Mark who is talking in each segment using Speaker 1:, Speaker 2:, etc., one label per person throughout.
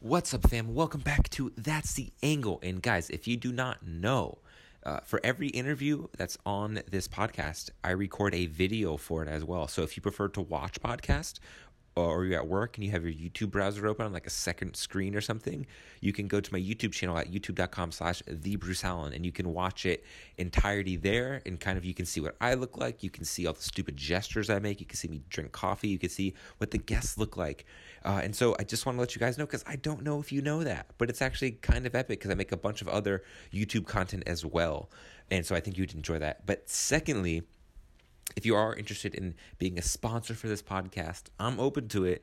Speaker 1: What's up, fam? Welcome back to That's the Angle. And guys, if you do not know, uh, for every interview that's on this podcast, I record a video for it as well. So if you prefer to watch podcast, uh, or you're at work and you have your YouTube browser open on like a second screen or something, you can go to my YouTube channel at youtube.com slash the Bruce Allen and you can watch it entirety there and kind of you can see what I look like, you can see all the stupid gestures I make, you can see me drink coffee, you can see what the guests look like. Uh, and so I just want to let you guys know because I don't know if you know that, but it's actually kind of epic because I make a bunch of other YouTube content as well. And so I think you'd enjoy that. But secondly, if you are interested in being a sponsor for this podcast, I'm open to it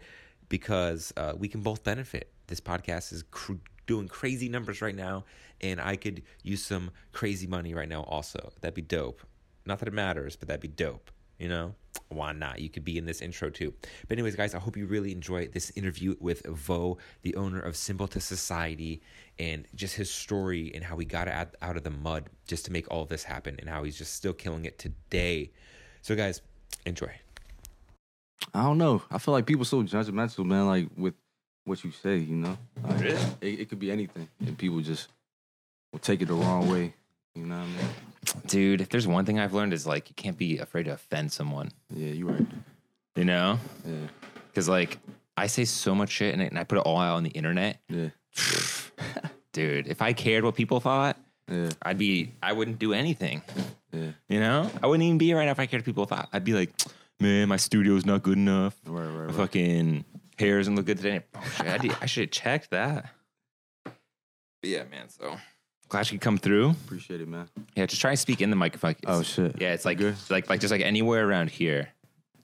Speaker 1: because uh, we can both benefit. This podcast is cr- doing crazy numbers right now, and I could use some crazy money right now, also. That'd be dope. Not that it matters, but that'd be dope. You know, why not? You could be in this intro too. But, anyways, guys, I hope you really enjoy this interview with Vo, the owner of Symbol to Society, and just his story and how he got out, out of the mud just to make all this happen and how he's just still killing it today. So, guys, enjoy.
Speaker 2: I don't know. I feel like people so judgmental, man. Like with what you say, you know, like,
Speaker 1: Really?
Speaker 2: it, it could be anything, and people just will take it the wrong way. You know what I mean?
Speaker 3: dude if there's one thing i've learned is like you can't be afraid to offend someone
Speaker 2: Yeah, you're right.
Speaker 3: you know
Speaker 2: Yeah,
Speaker 3: because like i say so much shit and, and i put it all out on the internet
Speaker 2: yeah,
Speaker 3: dude if i cared what people thought
Speaker 2: yeah,
Speaker 3: i'd be i wouldn't do anything
Speaker 2: yeah.
Speaker 3: you know i wouldn't even be right now if i cared what people thought i'd be like man my studio's not good enough
Speaker 2: Right,
Speaker 3: my
Speaker 2: right, right.
Speaker 3: fucking hair doesn't look good today oh, shit, I, did- I should have checked that but yeah man so glad you could come through
Speaker 2: Appreciate it, man.
Speaker 3: yeah just try and speak in the microphone
Speaker 2: Oh shit.
Speaker 3: Yeah, it's like
Speaker 2: Good?
Speaker 3: like like just like anywhere around here.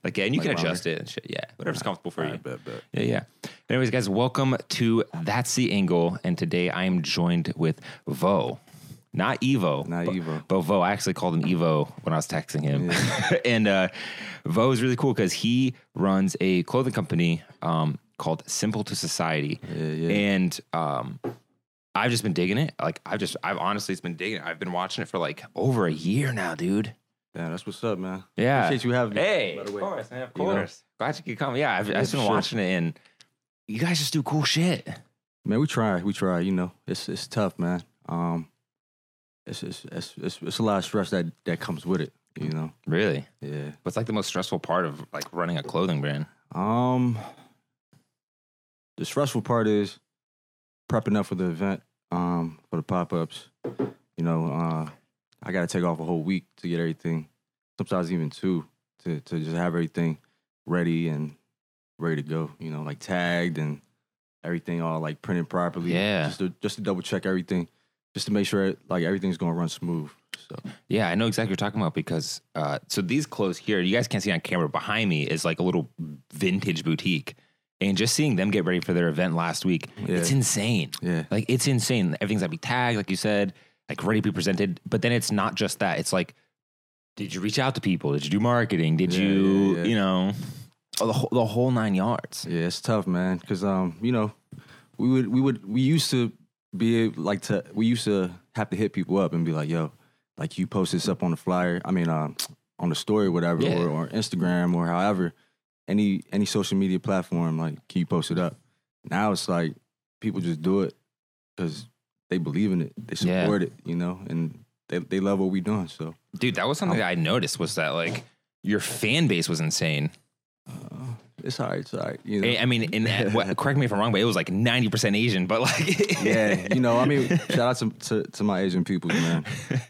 Speaker 3: Like yeah, and you
Speaker 2: Like
Speaker 3: can
Speaker 2: around
Speaker 3: adjust it and shit. Yeah, whatever's comfortable for
Speaker 2: All
Speaker 3: you.
Speaker 2: right, bet, bet.
Speaker 3: Yeah, yeah. Anyways, guys, welcome to That's the Angle, and today I am joined with Vo, not Evo,
Speaker 2: Not
Speaker 3: but,
Speaker 2: Evo.
Speaker 3: but Vo. I actually called him Evo when I was texting him, and uh, Vo is really cool because he runs a clothing company um, called Simple to Society,
Speaker 2: Yeah, yeah.
Speaker 3: and um, I've just been digging it. Like I've just, I've honestly just been digging it. I've been watching it for like over a year now, dude.
Speaker 2: Damn, that's what's up, man.
Speaker 3: Yeah.
Speaker 2: Appreciate you having me.
Speaker 3: Hey,
Speaker 2: by
Speaker 3: of
Speaker 2: the way.
Speaker 3: course, man, of
Speaker 2: You know?
Speaker 3: course. Glad you could come. Yeah, I've, I've
Speaker 2: for
Speaker 3: been
Speaker 2: sure.
Speaker 3: watching it, and you guys just do cool shit.
Speaker 2: Man, we try, we try. You know, it's it's tough, man. Um, it's it's it's it's, it's a lot of stress that that comes with it. You know.
Speaker 3: Really?
Speaker 2: Yeah.
Speaker 3: What's like the most stressful part of like running a clothing brand?
Speaker 2: Um, the stressful part is prepping up for the event, um, for the pop ups. You know, uh, I got to take off a whole week to get everything, sometimes even two, to to just have everything ready and ready to go. You know, like tagged and everything all like printed properly.
Speaker 3: Yeah.
Speaker 2: just to just to double check everything, just to make sure like everything's gonna run smooth. So
Speaker 3: Yeah, I know exactly what you're talking about because uh, so these clothes here, you guys can't see on camera. Behind me is like a little vintage boutique, and just seeing them get ready for their event last week,
Speaker 2: Yeah.
Speaker 3: it's insane.
Speaker 2: yeah,
Speaker 3: Like it's insane. Everything's gotta be tagged, like you said, like ready to be presented. But then it's not just that. It's like, did you reach out to people? Did you do marketing? Did
Speaker 2: Yeah,
Speaker 3: you,
Speaker 2: yeah, yeah.
Speaker 3: you know, oh, the whole, the whole nine yards?
Speaker 2: Yeah, it's tough, man. Cause um, you know, we would we would we used to be able- like to we used to have to hit people up and be like, yo, like you post this up on the flyer. I mean, um, on the story, or whatever,
Speaker 3: Yeah.
Speaker 2: or, or Instagram or however, any any social media platform, like can you post it up? Now it's like people just do it because they believe in it, they
Speaker 3: Yeah.
Speaker 2: support it, you know, and they they love what we doing. So
Speaker 3: Dude, that was something
Speaker 2: Oh.
Speaker 3: that I noticed was that like your fan base was insane.
Speaker 2: uh, it's all right, it's all right, you know.
Speaker 3: I- I mean, in that, what, correct me if I'm wrong, but it was like 90% Asian, but like,
Speaker 2: yeah, you know, I mean, shout out to, to, to my Asian peoples, man.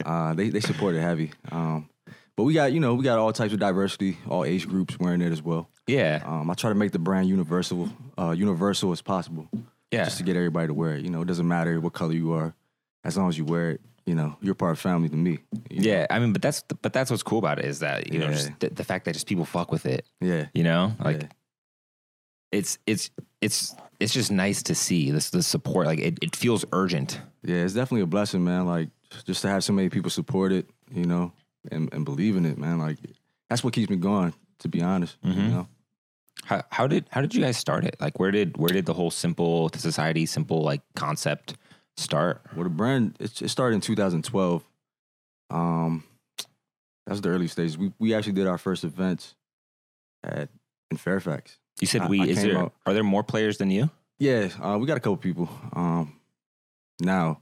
Speaker 2: Uh, they they support it heavy. Um, but we got you know we got all types of diversity, all age groups wearing it as well.
Speaker 3: yeah,
Speaker 2: Um, I try to make the brand universal, uh, universal as possible,
Speaker 3: yeah.
Speaker 2: just to get everybody to wear it. You know, it doesn't matter what color you are, as long as you wear it. You know, you're part of family to me. you
Speaker 3: Yeah, I mean, but that's but that's what's cool about it is that you know
Speaker 2: Yeah.
Speaker 3: just the, the fact that just people fuck with it,
Speaker 2: know? yeah,
Speaker 3: you know, like
Speaker 2: yeah.
Speaker 3: it's it's it's it's just nice to see this the support like it, it feels urgent
Speaker 2: Yeah, it's definitely a blessing, man. Like just to have so many people support it, you know, and and believe in it, man. Like that's what keeps me going. To be honest, you
Speaker 3: Mhm.
Speaker 2: know.
Speaker 3: how, how did how did you guys start it like where did where did the whole simple to society simple like concept start
Speaker 2: Well, the brand it, it started in 2012. Um, that's the early stages. We we actually did our first events at in Fairfax.
Speaker 3: you said
Speaker 2: I-
Speaker 3: we
Speaker 2: I
Speaker 3: is
Speaker 2: came
Speaker 3: there
Speaker 2: up-
Speaker 3: are there more players than you
Speaker 2: Yeah, uh, we got a couple people um, now,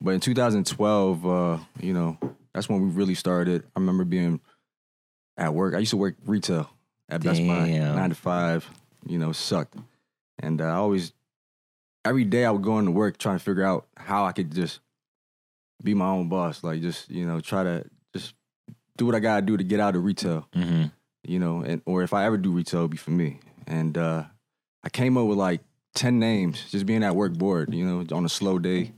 Speaker 2: but in 2012, uh, you know, that's when we really started. I remember being at work. I used to work retail at Best Buy,
Speaker 3: Damn.
Speaker 2: nine to five. You know, sucked, and uh, I always every day I would go into work trying to figure out how I could just be my own boss, like just you know try to just do what I gotta do to get out of retail
Speaker 3: Mm-hmm.
Speaker 2: you know, and or if I ever do retail, it'll be for me. And uh, I came up with like ten names, just being at work bored, you know, on a slow day,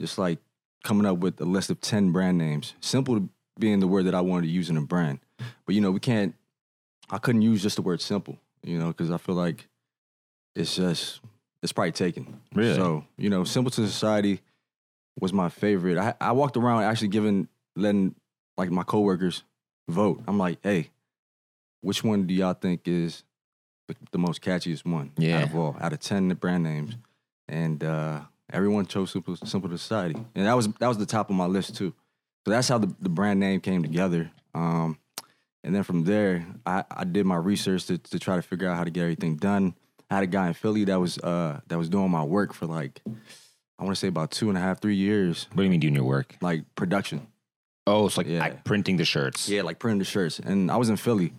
Speaker 2: just like coming up with a list of ten brand names. Simple being the word that I wanted to use in a brand, but you know, we can't. I couldn't use just the word simple, you know, because I feel like it's just it's probably taken.
Speaker 3: Really?
Speaker 2: So you know, simple to society was my favorite. I I walked around actually giving letting like my coworkers vote. I'm like, hey, which one do y'all think is the, the most catchiest one
Speaker 3: Yeah.
Speaker 2: out of all out of 10 brand names and uh, everyone chose simple, simple society and that was that was the top of my list too so that's how the, the brand name came together um, and then from there i, I did my research to, to try to figure out how to get everything done i had a guy in philly that was uh, that was doing my work for like i want to say about two and a half three years
Speaker 3: What do you mean doing your work?
Speaker 2: like production
Speaker 3: Oh, it's like
Speaker 2: Yeah.
Speaker 3: I- printing the shirts.
Speaker 2: yeah, like printing the shirts. And I was in Philly,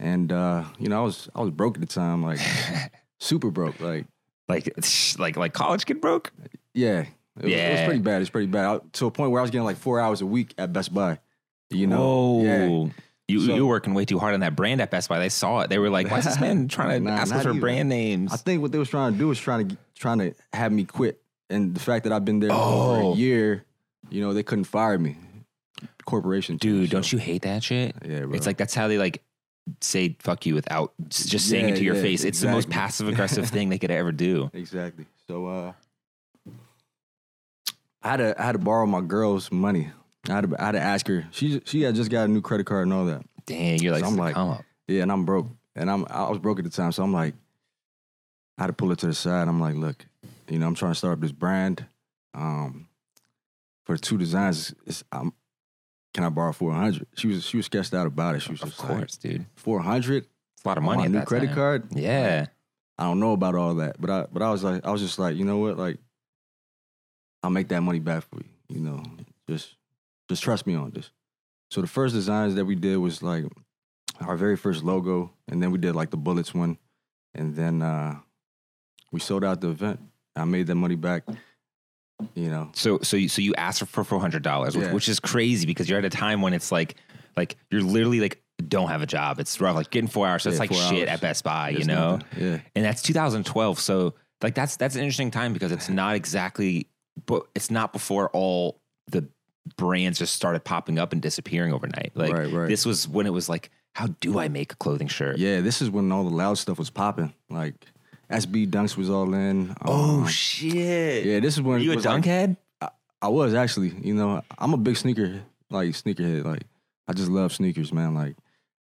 Speaker 2: and uh, you know, I was I was broke at the time, like super broke. Like
Speaker 3: Like it's- like like college kid broke.
Speaker 2: yeah, it was, it was
Speaker 3: Yeah.
Speaker 2: pretty bad. It's pretty bad I, to a point where I was getting like four hours a week at Best Buy. You know, Yeah.
Speaker 3: Whoa. You,
Speaker 2: So-
Speaker 3: you were working way too hard on that brand at Best Buy. They saw it. They were like, "Why is this man trying to
Speaker 2: Nah,
Speaker 3: ask
Speaker 2: not
Speaker 3: us for
Speaker 2: even.
Speaker 3: brand names?"
Speaker 2: I think what they was trying to do was trying to trying to have me quit, and the fact that I've been there for
Speaker 3: Oh.
Speaker 2: a year, you know, they couldn't fire me. Corporation,
Speaker 3: Dude, don't you hate that shit?
Speaker 2: Yeah, bro.
Speaker 3: It's like that's how they like say "fuck you" without s- just saying
Speaker 2: Yeah,
Speaker 3: it to your
Speaker 2: yeah,
Speaker 3: face. It's the most
Speaker 2: exactly.
Speaker 3: passive aggressive thing they could ever do.
Speaker 2: Exactly. So uh I had to I had to borrow my girl's money. I had to I had to ask her. She she had just got a new credit card and all that.
Speaker 3: Dang, you're like,
Speaker 2: So
Speaker 3: so
Speaker 2: I'm like-
Speaker 3: come up.
Speaker 2: Yeah, and I'm broke. And I'm I was broke at the time, so I'm like I had to pull it to the side. I'm like, look, you know, I'm trying to start up this brand. Um for two designs, it's, I'm can I borrow 400? She was she was sketched out about it. She was
Speaker 3: Of
Speaker 2: just like
Speaker 3: course, dude.
Speaker 2: 400
Speaker 3: It's a lot of
Speaker 2: on
Speaker 3: money.
Speaker 2: my
Speaker 3: at
Speaker 2: new
Speaker 3: that
Speaker 2: credit
Speaker 3: time.
Speaker 2: card.
Speaker 3: Yeah.
Speaker 2: I don't know about all that, but I but I was like I was just like, you know what? Like I'll make that money back for you, you know. Just just trust me on this. So the first designs that we did was like our very first logo and then we did like the bullets one and then uh we sold out the event. I made that money back, you know.
Speaker 3: So so you, so you asked for four hundred dollars, which,
Speaker 2: Yeah.
Speaker 3: which is crazy because you're at a time when it's like like you're literally like don't have a job. It's rough. Like getting four hours. So
Speaker 2: Yeah,
Speaker 3: it's like
Speaker 2: four
Speaker 3: shit
Speaker 2: hours.
Speaker 3: at Best Buy. Uh, you
Speaker 2: It's
Speaker 3: know.
Speaker 2: nothing. Yeah.
Speaker 3: and that's 2012 so like that's that's an interesting time because it's not exactly but it's not before all the brands just started popping up and disappearing overnight like
Speaker 2: right, right.
Speaker 3: this was when it was like how do i make a clothing shirt
Speaker 2: yeah, this is when all the loud stuff was popping. Like SB Dunks was all in.
Speaker 3: oh
Speaker 2: Um,
Speaker 3: shit
Speaker 2: yeah, this is
Speaker 3: are
Speaker 2: when it
Speaker 3: you a
Speaker 2: was, like,
Speaker 3: dunkhead
Speaker 2: I was actually, you know, I'm a big sneaker like sneakerhead. Like I just love sneakers, man. Like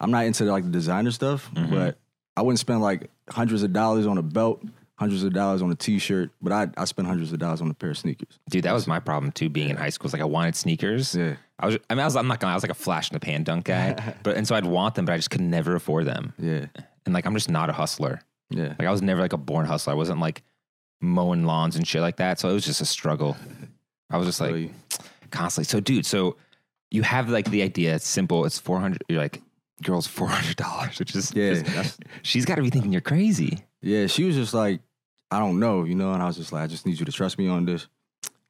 Speaker 2: I'm not into like the designer stuff,
Speaker 3: Mhm.
Speaker 2: but I wouldn't spend like hundreds of dollars on a belt, hundreds of dollars on a t-shirt, but I I spend hundreds of dollars on a pair of sneakers.
Speaker 3: dude that was my problem too being in high school It's like i wanted sneakers
Speaker 2: Yeah.
Speaker 3: i was i mean i was i'm not gonna i was like a flash in the pan dunk guy but and so i'd want them but i just could never afford them
Speaker 2: Yeah.
Speaker 3: and like i'm just not a hustler
Speaker 2: Yeah.
Speaker 3: Like I was never like a born hustler. I wasn't like mowing lawns and shit like that. So it was just a struggle. I was just
Speaker 2: So
Speaker 3: like
Speaker 2: you-
Speaker 3: constantly. So dude, so you have like the idea. It's simple. It's four hundred. You're like, girl's four hundred dollars, which is
Speaker 2: yeah,
Speaker 3: just-
Speaker 2: that's-
Speaker 3: she's got to be thinking you're crazy.
Speaker 2: yeah, she was just like, I don't know, you know, and I was just like, I just need you to trust me on this.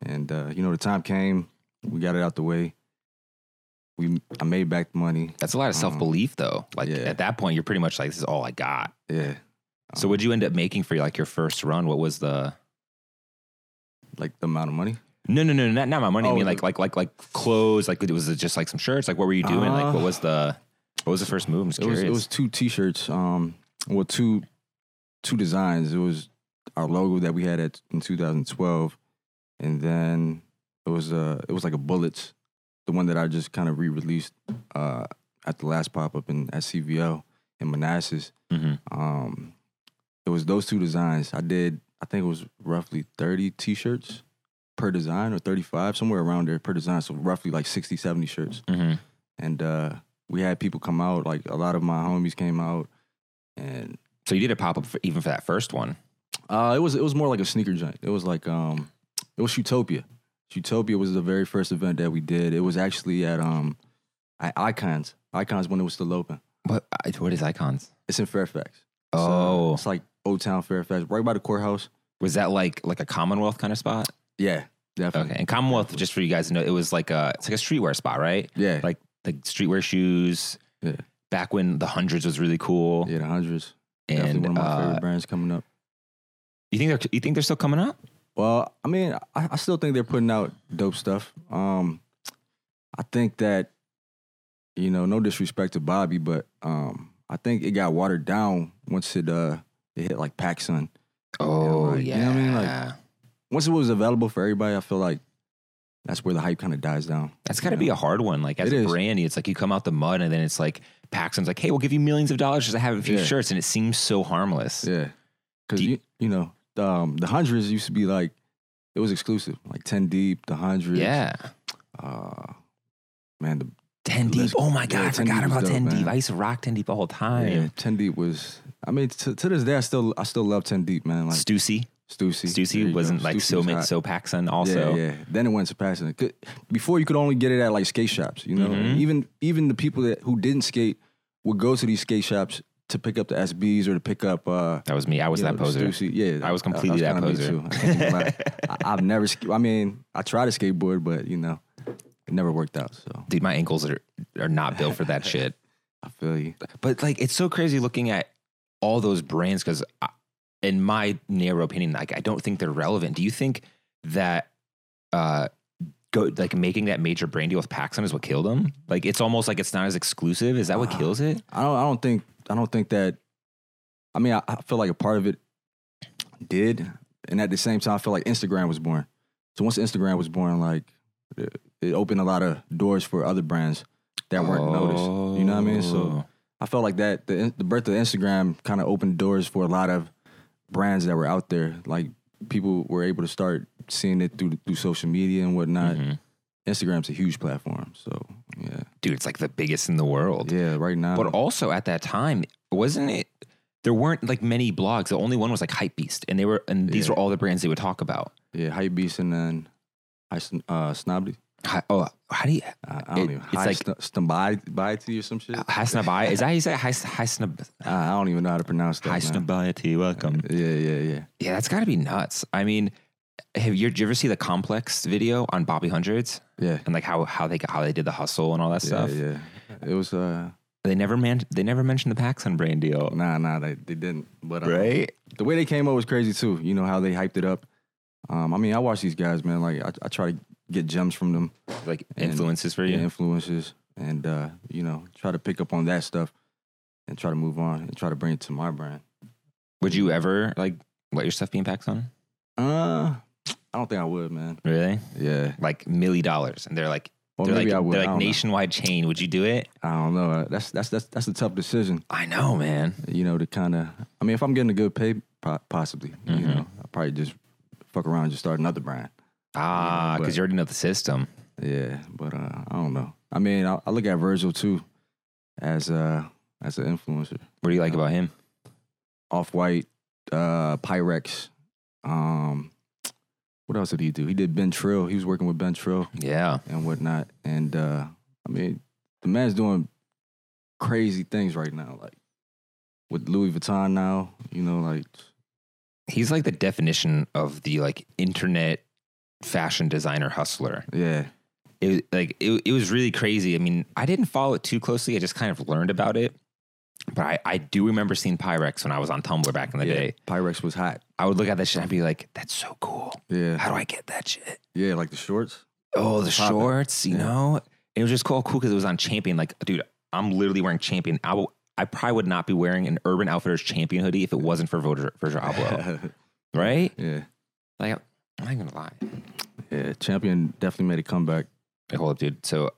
Speaker 2: And uh, you know, the time came, we got it out the way. We I made back the money.
Speaker 3: That's a lot of
Speaker 2: Mhm.
Speaker 3: self belief though. Like
Speaker 2: Yeah.
Speaker 3: at that point, you're pretty much like, this is all I got.
Speaker 2: Yeah.
Speaker 3: So
Speaker 2: Uh-huh.
Speaker 3: what'd you end up making for like your first run? What was the
Speaker 2: Like the amount of money.
Speaker 3: no, no, no, not, not my money. I
Speaker 2: Oh,
Speaker 3: mean,
Speaker 2: the-
Speaker 3: like, like, like, like clothes. Like, was it just like some shirts? Like, what were you doing?
Speaker 2: Uh,
Speaker 3: like, what was the, what was the first move? I'm just
Speaker 2: It was,
Speaker 3: curious.
Speaker 2: it was two T-shirts. Um, well, two two designs. It was our logo that we had at, in 2012, and then it was uh it was like a bullets, the one that I just kind of re-released uh, at the last pop up in at CVL in Manassas.
Speaker 3: Mhm.
Speaker 2: Um, it was those two designs. I did. I think it was roughly 30 T-shirts per design, or 35 somewhere around there per design. So roughly like 60, 70 shirts
Speaker 3: Mm-hmm.
Speaker 2: and uh, we had people come out. Like a lot of my homies came out, and
Speaker 3: So you did a pop up for, even for that first one.
Speaker 2: Uh, it was it was more like a sneaker joint. It was like um, it was Utopia. Utopia was the very first event that we did. It was actually at um, I- Icons. Icons when it was still open.
Speaker 3: What, I- what is Icons?
Speaker 2: It's in Fairfax. So
Speaker 3: Oh,
Speaker 2: it's like Old Town Fairfax, right by the courthouse.
Speaker 3: was that like like a Commonwealth kind of spot?
Speaker 2: Yeah, definitely.
Speaker 3: Okay, and Commonwealth, just for you guys to know, it was like a it's like a streetwear spot, right?
Speaker 2: Yeah,
Speaker 3: Like like streetwear shoes.
Speaker 2: Yeah.
Speaker 3: Back when the hundreds was really cool,
Speaker 2: yeah, the hundreds. definitely
Speaker 3: and
Speaker 2: one of my
Speaker 3: uh,
Speaker 2: favorite brands coming up.
Speaker 3: you think they're you think they're still coming up?
Speaker 2: Well, I mean, I, I still think they're putting out dope stuff. Um, I think that, you know, no disrespect to Bobby, but um, I think it got watered down once it uh it hit like PacSun.
Speaker 3: Oh
Speaker 2: like,
Speaker 3: yeah,
Speaker 2: you know what I mean? Like- Once it was available for everybody, I feel like that's where the hype kind of dies down.
Speaker 3: that's got to
Speaker 2: you
Speaker 3: be
Speaker 2: know?
Speaker 3: a hard one. Like as
Speaker 2: It
Speaker 3: a
Speaker 2: is.
Speaker 3: brand, it's like you come out the mud, and then it's like Paxson's like, hey, we'll give you millions of dollars just to have a few
Speaker 2: Yeah.
Speaker 3: shirts, and it seems so harmless.
Speaker 2: Yeah, because
Speaker 3: Do you-
Speaker 2: you you know the, um, the hundreds used to be like it was exclusive, like ten deep, the hundreds.
Speaker 3: Yeah.
Speaker 2: Uh, man, the
Speaker 3: Ten
Speaker 2: Let's-
Speaker 3: Deep. Oh my
Speaker 2: yeah,
Speaker 3: God, I
Speaker 2: 10
Speaker 3: forgot
Speaker 2: Deep was
Speaker 3: about
Speaker 2: dope,
Speaker 3: Ten Deep.
Speaker 2: man.
Speaker 3: I used to rock Ten Deep the whole
Speaker 2: yeah,
Speaker 3: time.
Speaker 2: ten deep was. I mean, to, to this day, I still I still love ten deep, man. Like
Speaker 3: Stussy.
Speaker 2: Stussy. There
Speaker 3: Stussy
Speaker 2: you
Speaker 3: wasn't
Speaker 2: go.
Speaker 3: like
Speaker 2: Stussy
Speaker 3: so
Speaker 2: was
Speaker 3: many,
Speaker 2: hot.
Speaker 3: so Paxson also.
Speaker 2: Yeah, yeah. Then it went to passing. It could- Before you could only get it at like skate shops, you know.
Speaker 3: Mhm.
Speaker 2: Even even the people that who didn't skate would go to these skate shops to pick up the SBs or to pick up. uh
Speaker 3: That was me. I was
Speaker 2: you
Speaker 3: that
Speaker 2: know,
Speaker 3: poser.
Speaker 2: Stussy. Yeah,
Speaker 3: I was completely that,
Speaker 2: kinda me
Speaker 3: poser.
Speaker 2: too. I can't lie. I, have never. sk- I mean, I tried to skateboard, but you know, it never worked out. So
Speaker 3: Dude, my ankles are are not built for that shit.
Speaker 2: I feel you.
Speaker 3: But like, it's so crazy looking at all those brands because, in my narrow opinion, like I don't think they're relevant. Do you think that uh, go like making that major brand deal with Paxson is what killed them? Like, it's almost like it's not as exclusive. Is that what
Speaker 2: Ah.
Speaker 3: kills it?
Speaker 2: I don't. I don't think. I don't think that. I mean, I, I feel like a part of it did, and at the same time, I feel like Instagram was born. So once Instagram was born, like it, it opened a lot of doors for other brands that weren't noticed. You know what I mean? So
Speaker 3: Oh.
Speaker 2: I felt like that the the birth of Instagram kind of opened doors for a lot of brands that were out there. Like people were able to start seeing it through through social media and whatnot.
Speaker 3: Mhm.
Speaker 2: Instagram's a huge platform, so yeah,
Speaker 3: dude, it's like the biggest in the world.
Speaker 2: yeah. Right now,
Speaker 3: But also at that time, wasn't it? There weren't like many blogs. The only one was like Hypebeast, and they were, and these
Speaker 2: Yeah.
Speaker 3: were all the brands they would talk about.
Speaker 2: Yeah, hype beast and then high Sn- uh, snobby.
Speaker 3: Hi, oh, how do you?
Speaker 2: I, I don't
Speaker 3: It-
Speaker 2: even.
Speaker 3: it's
Speaker 2: High
Speaker 3: like- Uh,
Speaker 2: like stombiety or some shit. I,
Speaker 3: Hasnabai? Is that how you say it? Has- Hasnab?
Speaker 2: I don't even know how to pronounce that. man.
Speaker 3: Hasnabai, welcome.
Speaker 2: Yeah, yeah, yeah.
Speaker 3: Yeah, that's got to be nuts. I mean, have you, did you ever see the Complex video on Bobby Hundreds
Speaker 2: Yeah.
Speaker 3: and like how how they got- how they did the hustle and all that
Speaker 2: Yeah,
Speaker 3: stuff?
Speaker 2: yeah. It was uh
Speaker 3: They never man, they never mentioned the Paxson brand deal,
Speaker 2: nah nah they, they didn't but uh,
Speaker 3: right?
Speaker 2: the way they came up was crazy too you know how they hyped it up um I mean I watch these guys man like I, I try to get gems from them
Speaker 3: Like
Speaker 2: And-
Speaker 3: influences for
Speaker 2: yeah.
Speaker 3: you.
Speaker 2: influences and uh you know try to pick up on that stuff and try to move on and try to bring it to my brand
Speaker 3: Would you ever like let your stuff be in Paxson?
Speaker 2: uh I don't think I would man
Speaker 3: Really?
Speaker 2: yeah
Speaker 3: Like milli dollars, and they're like.
Speaker 2: or
Speaker 3: they're
Speaker 2: maybe
Speaker 3: like,
Speaker 2: I would
Speaker 3: they're
Speaker 2: I
Speaker 3: like
Speaker 2: don't know.
Speaker 3: nationwide chain. Would you do it?
Speaker 2: I don't know. Uh, That's that's that's that's a tough decision.
Speaker 3: I know, man.
Speaker 2: You know, to kind of. I mean, if I'm getting a good pay, po- possibly. You
Speaker 3: Mhm.
Speaker 2: know, I probably just fuck around and just start another brand.
Speaker 3: Ah,
Speaker 2: but-
Speaker 3: because you already know the system.
Speaker 2: Yeah, but uh, I don't know. I mean, I, I look at Virgil too as uh as an influencer.
Speaker 3: What do you like about him?
Speaker 2: Off White, uh, Pyrex. Um, what else did he do? He did Ben Trill. He was working with Ben Trill
Speaker 3: Yeah,
Speaker 2: and whatnot. And uh, I mean, the man's doing crazy things right now, like with Louis Vuitton now. You know, like
Speaker 3: he's like the definition of the like internet fashion designer hustler.
Speaker 2: yeah,
Speaker 3: It like it, it was really crazy. I mean, I didn't follow it too closely. I just kind of learned about it. But I, I do remember seeing Pyrex when I was on Tumblr back in the
Speaker 2: yeah.
Speaker 3: day.
Speaker 2: Pyrex was hot.
Speaker 3: I would look at that shit and I'd be like, that's so cool.
Speaker 2: Yeah,
Speaker 3: How do I get that shit?
Speaker 2: yeah, like the shorts.
Speaker 3: Oh, the
Speaker 2: Pop it.
Speaker 3: shorts, you
Speaker 2: Yeah.
Speaker 3: know? It was just cool, cool because it was on Champion. Like, dude, I'm literally wearing Champion. I will, I probably would not be wearing an Urban Outfitters Champion hoodie if it wasn't for Voter for Diablo, right?
Speaker 2: yeah,
Speaker 3: Like, I'm not gonna lie.
Speaker 2: yeah. Champion definitely made a comeback.
Speaker 3: Like, hold up, dude. So,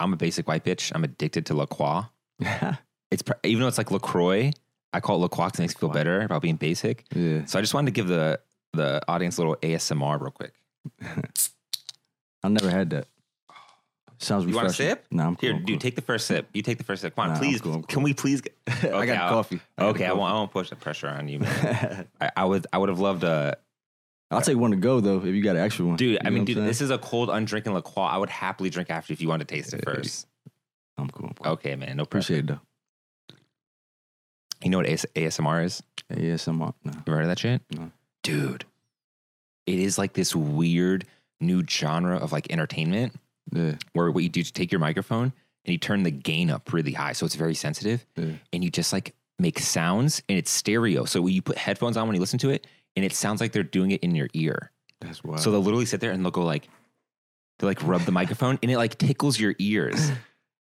Speaker 3: I'm a basic white bitch. I'm addicted to La Croix.
Speaker 2: yeah,
Speaker 3: It's pr- even though it's like Lacroix, I call it La Croix 'cause it makes me feel better about being basic. So I just wanted to give the the audience a little ASMR real quick.
Speaker 2: I never had that. Sounds
Speaker 3: You
Speaker 2: refreshing.
Speaker 3: want a sip?
Speaker 2: No, I'm cool.
Speaker 3: Here,
Speaker 2: I'm
Speaker 3: dude,
Speaker 2: cool.
Speaker 3: take the first sip. You take the first sip. Come on,
Speaker 2: Nah, I'm
Speaker 3: please.
Speaker 2: cool, I'm
Speaker 3: Can we please? Get,
Speaker 2: I
Speaker 3: Okay,
Speaker 2: got
Speaker 3: I'll-
Speaker 2: coffee. I got
Speaker 3: Okay, I
Speaker 2: coffee.
Speaker 3: won't, I won't push the pressure on you. Man. I, I would. I would have loved a
Speaker 2: I'll take one to go though if you got an extra one.
Speaker 3: dude.
Speaker 2: You
Speaker 3: I
Speaker 2: know
Speaker 3: mean,
Speaker 2: what
Speaker 3: dude,
Speaker 2: I'm
Speaker 3: this
Speaker 2: saying?
Speaker 3: is a cold, undrinking La Croix. I would happily drink after if you want to taste it
Speaker 2: Hey.
Speaker 3: first.
Speaker 2: I'm cool. I'm cool.
Speaker 3: Oh, Okay, man, no pressure.
Speaker 2: Appreciate it though.
Speaker 3: You know what AS- ASMR is?
Speaker 2: Yes, I'm up now.
Speaker 3: You heard of that shit?
Speaker 2: No.
Speaker 3: Dude, it is like this weird new genre of like entertainment
Speaker 2: Yeah,
Speaker 3: where what you do is you take your microphone and you turn the gain up really high. So it's very sensitive
Speaker 2: yeah.
Speaker 3: and you just like make sounds and it's stereo. So when you put headphones on when you listen to it and it sounds like they're doing it in your ear.
Speaker 2: That's wild.
Speaker 3: So they'll literally sit there and they'll go like, they like rub the microphone and it like tickles your ears.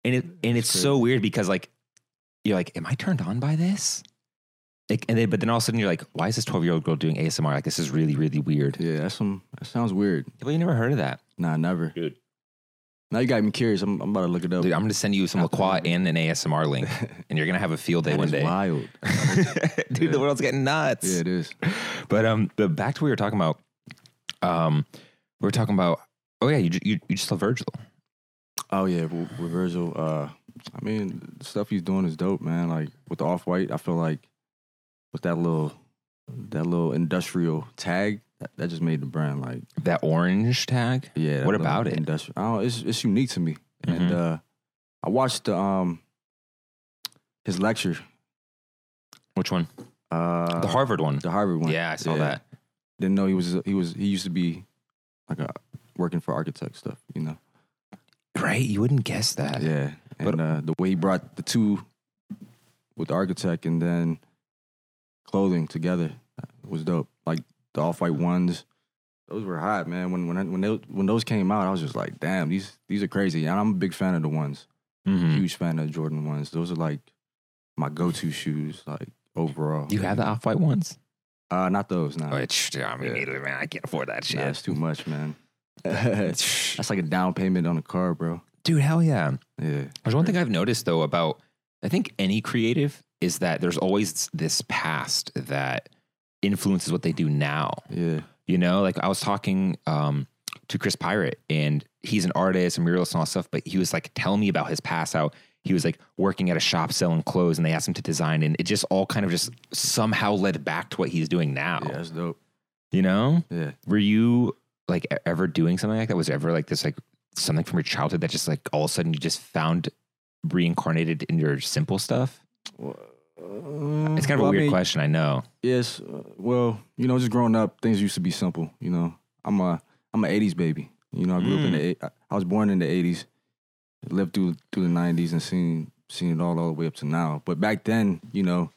Speaker 3: And it and it's
Speaker 2: That's
Speaker 3: so weird because like you're like, am I turned on by this? Like, and then but then all of a sudden you're like, why is this 12 year old girl doing ASMR? Like this is really, really weird.
Speaker 2: yeah, that's some. That sounds weird.
Speaker 3: Well, you never heard of that.
Speaker 2: Nah, never.
Speaker 3: Dude.
Speaker 2: Now you got me curious. I'm, I'm about to look it up.
Speaker 3: Dude, I'm gonna send you some
Speaker 2: Not the
Speaker 3: LaCroix
Speaker 2: movie.
Speaker 3: and an ASMR link, and you're gonna have a field day
Speaker 2: That
Speaker 3: one
Speaker 2: is
Speaker 3: day.
Speaker 2: wild.
Speaker 3: Dude, the world's getting nuts.
Speaker 2: Yeah, it is.
Speaker 3: But um, but back to what we were talking about. Um, we were talking about. Oh yeah, you ju- you, you just saw Virgil.
Speaker 2: Oh yeah, with, with Virgil. Uh, I mean, the stuff he's doing is dope, man. Like with the off white, I feel like with that little that little industrial tag that, that just made the brand like
Speaker 3: That orange tag.
Speaker 2: yeah. that
Speaker 3: What
Speaker 2: little
Speaker 3: about it? Mm-hmm.
Speaker 2: Industrial. I don't, it's it's unique to me, and uh, I watched the, um his lecture.
Speaker 3: Which one?
Speaker 2: Uh,
Speaker 3: the Harvard one.
Speaker 2: the Harvard one.
Speaker 3: Yeah, I saw that.
Speaker 2: Didn't know he was he was he used to be like a working for architect stuff, you know.
Speaker 3: Right? You wouldn't guess that.
Speaker 2: Yeah, and
Speaker 3: But-
Speaker 2: uh, the way he brought the two with the architect and then clothing together uh, was dope. Like the off white ones, those were hot, man. When when I- when those when those came out, I was just like, damn, these these are crazy. And I'm a big fan of the ones,
Speaker 3: Mhm.
Speaker 2: huge fan of Jordan ones. Those are like my go to shoes, like overall.
Speaker 3: You have the off white ones.
Speaker 2: Uh, not those, nah.
Speaker 3: Oh, it's- I mean,
Speaker 2: Yeah.
Speaker 3: neither, man. I can't afford that shit.
Speaker 2: nah, it's too much, man. That's like a down payment on a car, bro.
Speaker 3: Dude, hell yeah.
Speaker 2: Yeah,
Speaker 3: There's one thing I've noticed though about I think any creative is that there's always this past that influences what they do now.
Speaker 2: yeah,
Speaker 3: You know, like I was talking um, to Chris Pirate, and he's an artist and muralist and all that stuff, but he was like telling me about his past, how he was like working at a shop selling clothes, and they asked him to design, and it just all kind of just somehow led back to what he's doing now.
Speaker 2: yeah. That's dope.
Speaker 3: You know,
Speaker 2: Yeah.
Speaker 3: were you like e- ever doing something like that? Was there ever like this like something from your childhood that just like all of a sudden you just found reincarnated in your simple stuff? It's kind of a weird question, I know.
Speaker 2: Yes. uh, Well, you know, just growing up, things used to be simple. You know, I'm a I'm an '80s baby. You know, I grew up in the eight- I I was born in the '80s, lived through through the '90s, and seen seen it all all the way up to now. But back then, you know,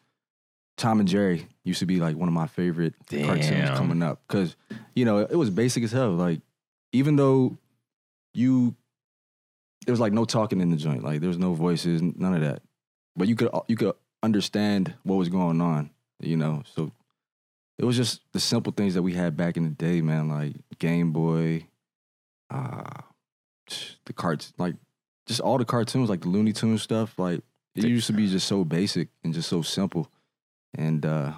Speaker 2: Tom and Jerry used to be like one of my favorite
Speaker 3: Damn.
Speaker 2: cartoons coming up because you know it was basic as hell. Like even though you there was like no talking in the joint, like there was no voices, none of that. But you could uh, you could understand what was going on, you know. So it was just the simple things that we had back in the day, man. Like Game Boy, uh, the carts, like just all the cartoons, like the Looney Tunes stuff. Like it used to be just so basic and just so simple. And uh,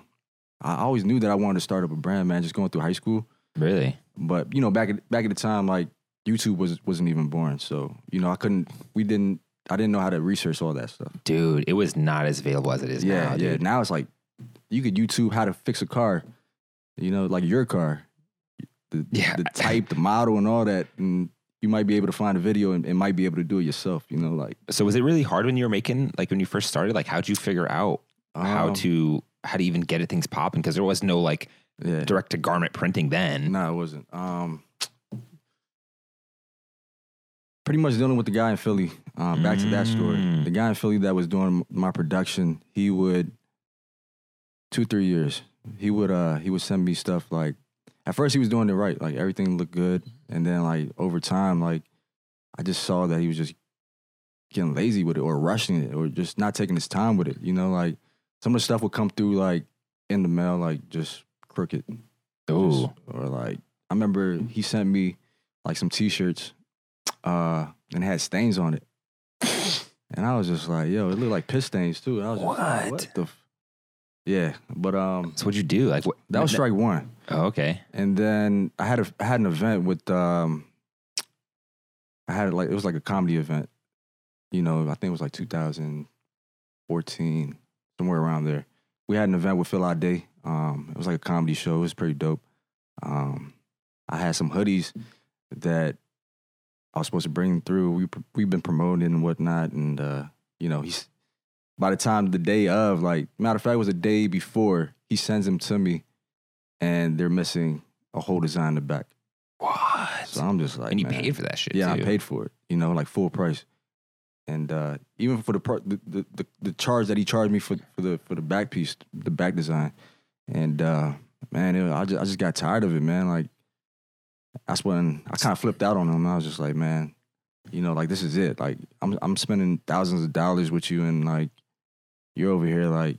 Speaker 2: I always knew that I wanted to start up a brand, man. Just going through high school,
Speaker 3: Really?
Speaker 2: but you know, back at back at the time, like YouTube was wasn't even born, so you know, I couldn't. We didn't. I didn't know how to research all that stuff.
Speaker 3: Dude, it was not as available as it is now,
Speaker 2: yeah.
Speaker 3: dude.
Speaker 2: Now it's like you could YouTube how to fix a car. You know, like your car, the,
Speaker 3: Yeah.
Speaker 2: the type, the model, and all that, and you might be able to find a video and, and might be able to do it yourself. You know, like
Speaker 3: So was it really hard when you were making like when you first started? Like how'd you figure out how
Speaker 2: um,
Speaker 3: to how to even get things popping? Because there was no like
Speaker 2: um, Yeah.
Speaker 3: direct to garment printing then.
Speaker 2: No, it wasn't. Um, pretty much dealing with the guy in Philly. Uh, back to that story.
Speaker 3: Mm.
Speaker 2: The guy in Philly that was doing my production, he would two three years. He would uh he would send me stuff like. At first, he was doing it right, like everything looked good, and then like over time, like I just saw that he was just getting lazy with it, or rushing it, or just not taking his time with it. You know, like some of the stuff would come through like in the mail, like just crooked. Just-
Speaker 3: Oh,
Speaker 2: or like I remember he sent me like some t-shirts uh and had stains on it. And I was just like, yo, it looked like piss stains too. And I was just like,
Speaker 3: What?
Speaker 2: what the f-? Yeah, but um
Speaker 3: so what'd you do? Like what?
Speaker 2: that was strike 1.
Speaker 3: Oh, okay.
Speaker 2: And then I had a I had an event with um I had it like it was like a comedy event. You know, I think it was like 2014, somewhere around there. We had an event with Phil Day. Um, it was like a comedy show. It was pretty dope. Um, I had some hoodies that I was supposed to bring through. We pr- we've been promoting and whatnot, and uh, you know, he's by the time the day of, like matter of fact, it was a day before he sends them to me, and they're missing a whole design in the back.
Speaker 3: What?
Speaker 2: So I'm just like,
Speaker 3: and you
Speaker 2: man,
Speaker 3: paid for that shit.
Speaker 2: yeah,
Speaker 3: too.
Speaker 2: I paid for it. You know, like full price. And uh, even for the, pro- the, the the the charge that he charged me for for the for the back piece, the back design, and uh, man, it, I just I just got tired of it, man. Like that's when I kind of flipped out on him. I was just like, man, you know, like this is it. Like I'm I'm spending thousands of dollars with you, and like you're over here like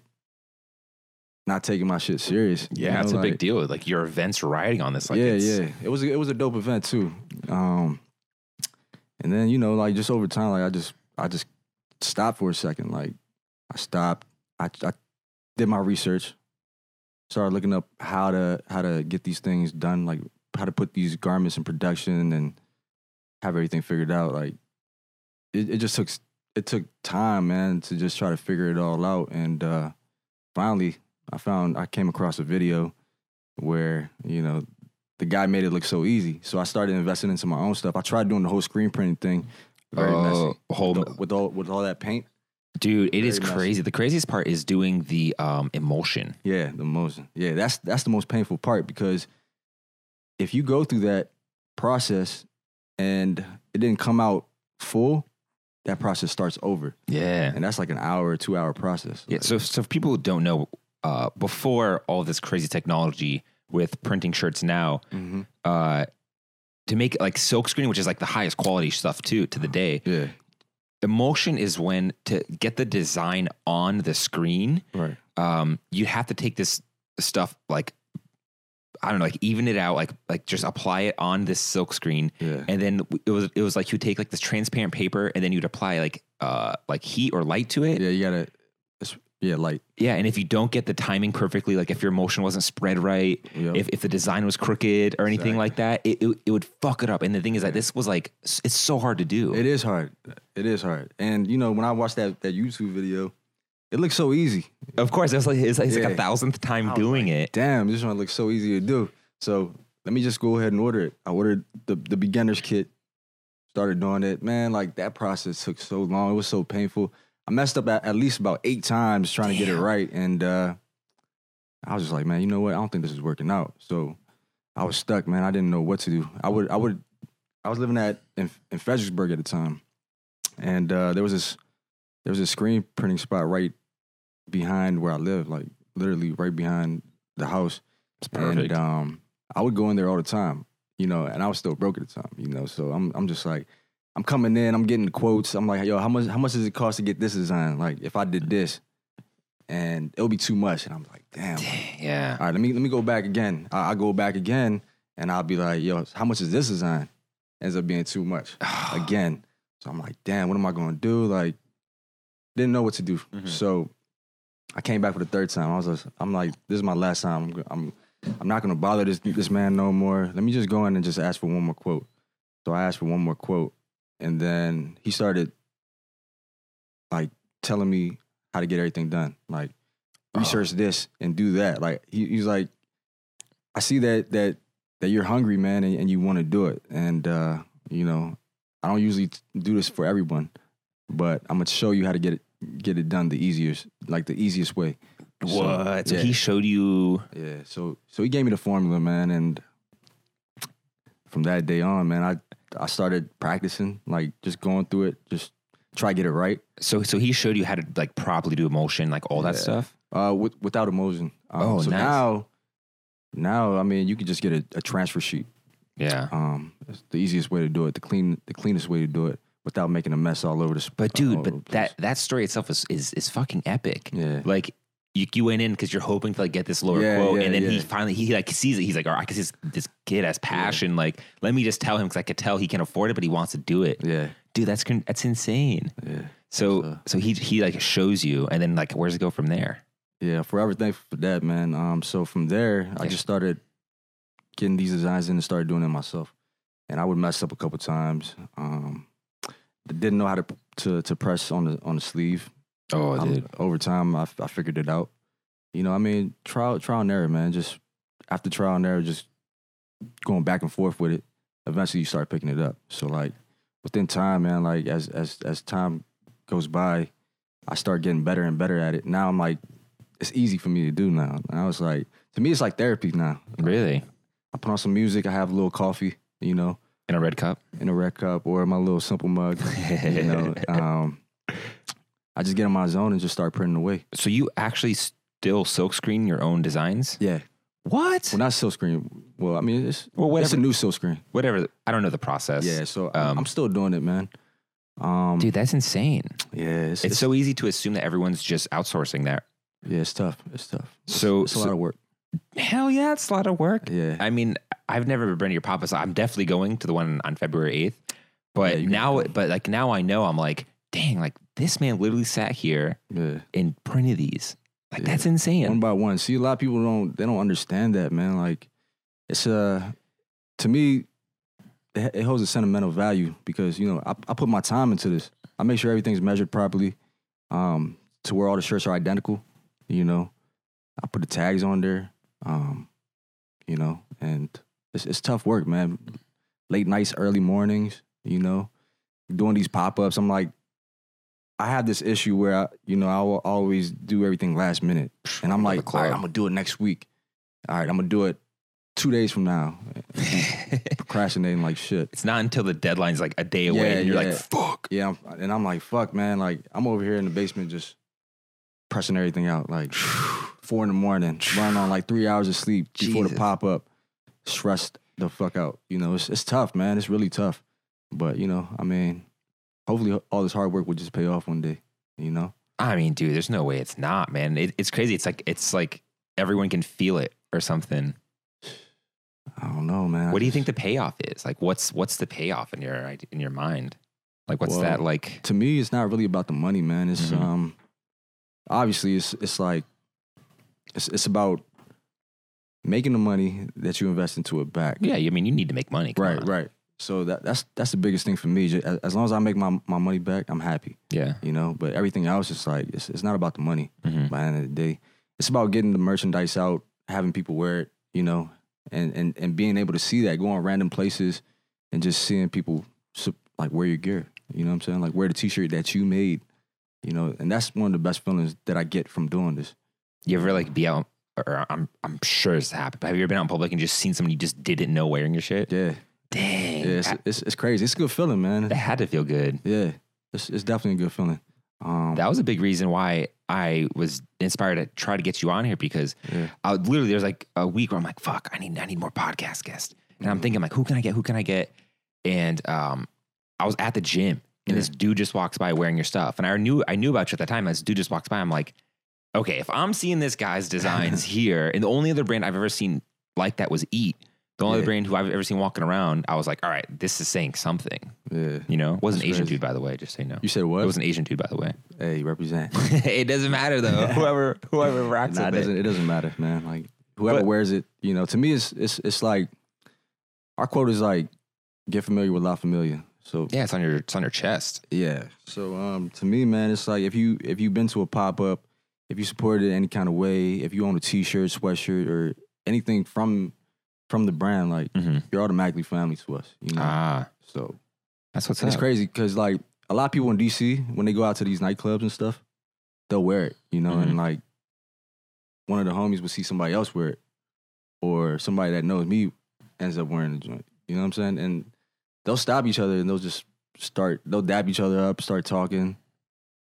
Speaker 2: not taking my shit serious. you
Speaker 3: Yeah,
Speaker 2: know,
Speaker 3: it's a
Speaker 2: like-
Speaker 3: big deal. Like your events riding on this. Like
Speaker 2: yeah,
Speaker 3: it's,
Speaker 2: yeah. It was a, it was a dope event too. Um, and then you know, like just over time, like I just I just stopped for a second. Like I stopped. I, I did my research. Started looking up how to how to get these things done. Like how to put these garments in production and have everything figured out. Like it, it just took it took time, man, to just try to figure it all out. And uh, finally, I found I came across a video where you know the guy made it look so easy. So I started investing into my own stuff. I tried doing the whole screen printing thing. Very
Speaker 3: Oh,
Speaker 2: messy.
Speaker 3: whole
Speaker 2: With all- With all with all that paint.
Speaker 3: dude, it is
Speaker 2: very messy.
Speaker 3: crazy. The craziest part is doing the um emulsion.
Speaker 2: Yeah, the most. Yeah, that's that's the most painful part because if you go through that process and it didn't come out full, that process starts over,
Speaker 3: Yeah.
Speaker 2: and that's like an hour or two hour process.
Speaker 3: Yeah.
Speaker 2: Like,
Speaker 3: So, so for people who don't know, uh, before all this crazy technology with printing shirts now,
Speaker 2: mhm.
Speaker 3: uh, to make like silk screen, which is like the highest quality stuff too to the day,
Speaker 2: yeah,
Speaker 3: emulsion is when to get the design on the screen,
Speaker 2: right.
Speaker 3: um, you'd have to take this stuff like I don't know, like even it out, like like just apply it on this silk screen,
Speaker 2: Yeah,
Speaker 3: and then it was it was like you take like this transparent paper, and then you'd apply like uh like heat or light to it,
Speaker 2: yeah. You gotta. It's, yeah, like
Speaker 3: yeah. And if you don't get the timing perfectly, like if your motion wasn't spread right,
Speaker 2: yep.
Speaker 3: if if the design was crooked or anything
Speaker 2: Exactly.
Speaker 3: like that, it, it it would fuck it up. And the thing is that this was like s- it's so hard to do.
Speaker 2: It is hard. It is hard. And you know, when I watched that that YouTube video, it looked so easy.
Speaker 3: Of course, it was like it's like, it's like a
Speaker 2: Yeah.
Speaker 3: thousandth time
Speaker 1: Oh
Speaker 3: doing it.
Speaker 2: Damn, this one looks so easy to do. So let me just go ahead and order it. I ordered the the beginner's kit. Started doing it, man. Like that process took so long. It was so painful. I messed up at, at least about eight times trying to get it
Speaker 3: Damn.
Speaker 2: right, and uh, I was just like, man, you know what? I don't think this is working out. So I was stuck, man. I didn't know what to do. I would, I would, I was living at in, in Fredericksburg at the time, and uh, there was this there was a screen printing spot right behind where I lived, like literally right behind the house.
Speaker 3: It's
Speaker 2: And um, I would go in there all the time, you know, and I was still broke at the time, you know. So I'm I'm just like, I'm coming in, I'm getting quotes. I'm like, yo, how much how much does it cost to get this design? Like if I did this, and it'll be too much. And I'm like, damn.
Speaker 3: yeah.
Speaker 2: All right, let me let me go back again. I, I go back again, and I'll be like, yo, how much is this design? Ends up being too much again. So I'm like, damn, what am I gonna do? Like, didn't know what to do.
Speaker 1: Mhm.
Speaker 2: So I came back for the third time. I was just, I'm like, this is my last time. I'm go- I'm I'm not gonna bother this this man no more. Let me just go in and just ask for one more quote. So I asked for one more quote, and then he started like telling me how to get everything done. Like
Speaker 3: Oh.
Speaker 2: research this and do that. Like he, he's like, I see that that that you're hungry, man, and, and you want to do it. And uh, you know, I don't usually t- do this for everyone, but I'm gonna show you how to get it get it done the easiest, like the easiest way. So,
Speaker 3: what? So
Speaker 2: yeah.
Speaker 3: he showed you.
Speaker 2: Yeah. So so he gave me the formula, man, and from that day on, man, I I started practicing, like just going through it, just try to get it right.
Speaker 3: So so he showed you how to like properly do emotion, like all that
Speaker 2: Yeah.
Speaker 3: stuff.
Speaker 2: Uh, with, without emotion. Um,
Speaker 3: Oh,
Speaker 2: so
Speaker 3: nice.
Speaker 2: now, now I mean, you can just get a, a transfer sheet.
Speaker 3: Yeah.
Speaker 2: Um, it's the easiest way to do it, the clean, the cleanest way to do it, without making a mess all over the. sp-
Speaker 3: But
Speaker 2: all
Speaker 3: dude,
Speaker 2: over
Speaker 3: but
Speaker 2: the
Speaker 3: that
Speaker 2: place.
Speaker 3: that story itself is is, is fucking epic.
Speaker 2: Yeah.
Speaker 3: Like you, you went in because you're hoping to like get this lower
Speaker 2: Yeah,
Speaker 3: quote,
Speaker 2: yeah,
Speaker 3: and then he
Speaker 2: yeah.
Speaker 3: finally he like sees it. He's like, "Oh, all right, because this this kid has passion. Like, let me just tell him because I could tell he can afford it, but he wants to do it.
Speaker 2: Yeah.
Speaker 3: Dude, that's con- that's insane.
Speaker 2: Yeah.
Speaker 3: So
Speaker 2: So-
Speaker 3: so he he like shows you, and then like where's it go from there?
Speaker 2: Yeah, forever thankful for that, man. Um, so from there, I
Speaker 3: Yeah.
Speaker 2: just started getting these designs in and started doing it myself. and I would mess up a couple times. Um, didn't know how to to to press on the on the sleeve.
Speaker 3: Oh,
Speaker 2: I'm- over time, I, I figured it out. You know, I mean, trial trial and error, man. Just after trial and error, just going back and forth with it. Eventually, you start picking it up. So like within time, man. Like as as as time goes by, I start getting better and better at it. Now I'm like, it's easy for me to do now. And I was like, to me, it's like therapy now.
Speaker 3: really?
Speaker 2: I put on some music. I have a little coffee. You know,
Speaker 3: In a red cup?
Speaker 2: in a red cup or my little simple mug. You know, um, I just get in my zone and just start printing away.
Speaker 3: so you actually still silkscreen your own designs?
Speaker 2: Yeah.
Speaker 3: What?
Speaker 2: Well, not silkscreen. Well, I mean, it's
Speaker 3: Well,
Speaker 2: it's
Speaker 3: whatever.
Speaker 2: a new silkscreen.
Speaker 3: whatever. I don't know the process.
Speaker 2: Yeah, so
Speaker 3: Um,
Speaker 2: I'm still doing it, man. Um,
Speaker 3: Dude, that's insane.
Speaker 2: yeah, it's,
Speaker 3: It's
Speaker 2: it's,
Speaker 3: so easy to assume that everyone's just outsourcing that.
Speaker 2: yeah, it's tough. It's tough.
Speaker 3: So,
Speaker 2: It's a lot
Speaker 3: so
Speaker 2: of work.
Speaker 3: hell yeah, it's a lot of work.
Speaker 2: Yeah,
Speaker 3: I mean, I've never been to your papa, so I'm definitely going to the one on February 8th.
Speaker 2: Yeah,
Speaker 3: But
Speaker 2: you can
Speaker 3: now,
Speaker 2: go.
Speaker 3: but like now I know I'm like, dang, like this man literally sat here
Speaker 2: yeah.
Speaker 3: and printed these. Like
Speaker 2: Yeah.
Speaker 3: that's
Speaker 2: One
Speaker 3: insane.
Speaker 2: by one. See, a lot of people don't they don't understand that, man. Like, it's a to me, it, it holds a sentimental value because you know I, I put my time into this. I make sure everything's measured properly, um, to where all the shirts are identical. You know, I put the tags on there. Um, you know, and it's it's tough work, man. Late nights, early mornings. You know, doing these pop ups. I'm like. I have this issue where I, you know, I will always do everything last minute. And I'm
Speaker 3: Go to the
Speaker 2: like, all right,
Speaker 3: club.
Speaker 2: I'm gonna do it next week. All right, I'm gonna do it two days from now. Procrastinating like shit.
Speaker 3: it's not until the deadline's like a day away
Speaker 2: Yeah,
Speaker 3: and you're
Speaker 2: yeah.
Speaker 3: like, fuck.
Speaker 2: Yeah, I'm, and I'm like, fuck, man. Like I'm over here in the basement just pressing everything out. Like four in the morning, running on like three hours of sleep before the
Speaker 3: Jesus.
Speaker 2: pop up. Stressed the fuck out. You know, it's it's tough, man. It's really tough. But you know, I mean, hopefully all this hard work will just pay off one day. You know.
Speaker 3: I mean, dude, there's no way it's not, man. It, it's crazy. It's like it's like everyone can feel it or something.
Speaker 2: I don't know, man.
Speaker 3: What do you think the payoff is? Like, what's what's the payoff in your ide- in your mind? Like, what's
Speaker 2: Well,
Speaker 3: that like?
Speaker 2: to me it's not really about the money man it's
Speaker 3: Mhm.
Speaker 2: um obviously it's it's like it's it's about making the money that you invest into it back
Speaker 3: Yeah, I mean, you need to make money, come
Speaker 2: right
Speaker 3: on.
Speaker 2: right so that that's that's the biggest thing for me Ju- as as long as i make my, my money back i'm happy
Speaker 3: Yeah,
Speaker 2: you know but everything else is like it's, it's not about the money
Speaker 3: hmm
Speaker 2: by the end of the day it's about getting the merchandise out having people wear it you know and and, and being able to see that going random places and just seeing people sup- like wear your gear you know what i'm saying like wear the t-shirt that you made you know and that's one of the best feelings that i get from doing this
Speaker 3: you ever like be out? Or I'm I'm sure it's happened. But have you ever been out in public and just seen someone you just didn't know wearing your shit?
Speaker 2: yeah, yeah
Speaker 3: Dang,
Speaker 2: it's,
Speaker 3: that,
Speaker 2: it's, it's crazy it's a good feeling man
Speaker 3: that had to feel good.
Speaker 2: yeah it's, it's definitely a good feeling um
Speaker 3: That was a big reason why I was inspired to try to get you on here because
Speaker 2: yeah.
Speaker 3: I would literally there's like a week where I'm like, fuck, I need I need more podcast guests. And
Speaker 2: Mm-hmm.
Speaker 3: I'm thinking like, who can I get? Who can I get? And um, I was at the gym and this dude just walks by wearing your stuff. And I knew I knew about you at the time. This dude just walks by. I'm like, okay, if I'm seeing this guy's designs here, and the only other brand I've ever seen like that was Eat. The only
Speaker 2: Yeah.
Speaker 3: other brand who I've ever seen walking around, I was like, all right, this is saying something.
Speaker 2: yeah
Speaker 3: You know, it was an
Speaker 2: That's
Speaker 3: Asian
Speaker 2: crazy.
Speaker 3: dude by the way. Just so you know,
Speaker 2: you said
Speaker 3: it
Speaker 2: what
Speaker 3: was an Asian dude by the way.
Speaker 2: hey represent
Speaker 3: it doesn't matter though. Whoever whoever rocks
Speaker 2: Nah, it
Speaker 3: with it.
Speaker 2: doesn't. It doesn't matter, man. Like whoever
Speaker 3: But-
Speaker 2: wears it, you know. To me, it's it's it's like our quote is like, "Get familiar with La Familia." So
Speaker 3: Yeah, it's on your it's on your chest.
Speaker 2: yeah. So um, to me, man, it's like if you if you've been to a pop up, if you supported it any kind of way, if you own a t shirt, sweatshirt, or anything from from the brand, like
Speaker 3: Mm-hmm.
Speaker 2: you're automatically family to us. You know.
Speaker 3: Ah,
Speaker 2: so
Speaker 3: that's what's
Speaker 2: and it's
Speaker 3: up.
Speaker 2: crazy because like a lot of people in DC when they go out to these nightclubs and stuff, they'll wear it, you know,
Speaker 3: Mm-hmm.
Speaker 2: and like one of the homies will see somebody else wear it, or somebody that knows me ends up wearing the joint. You know what I'm saying? And they'll stop each other and they'll just start they'll dab each other up, start talking,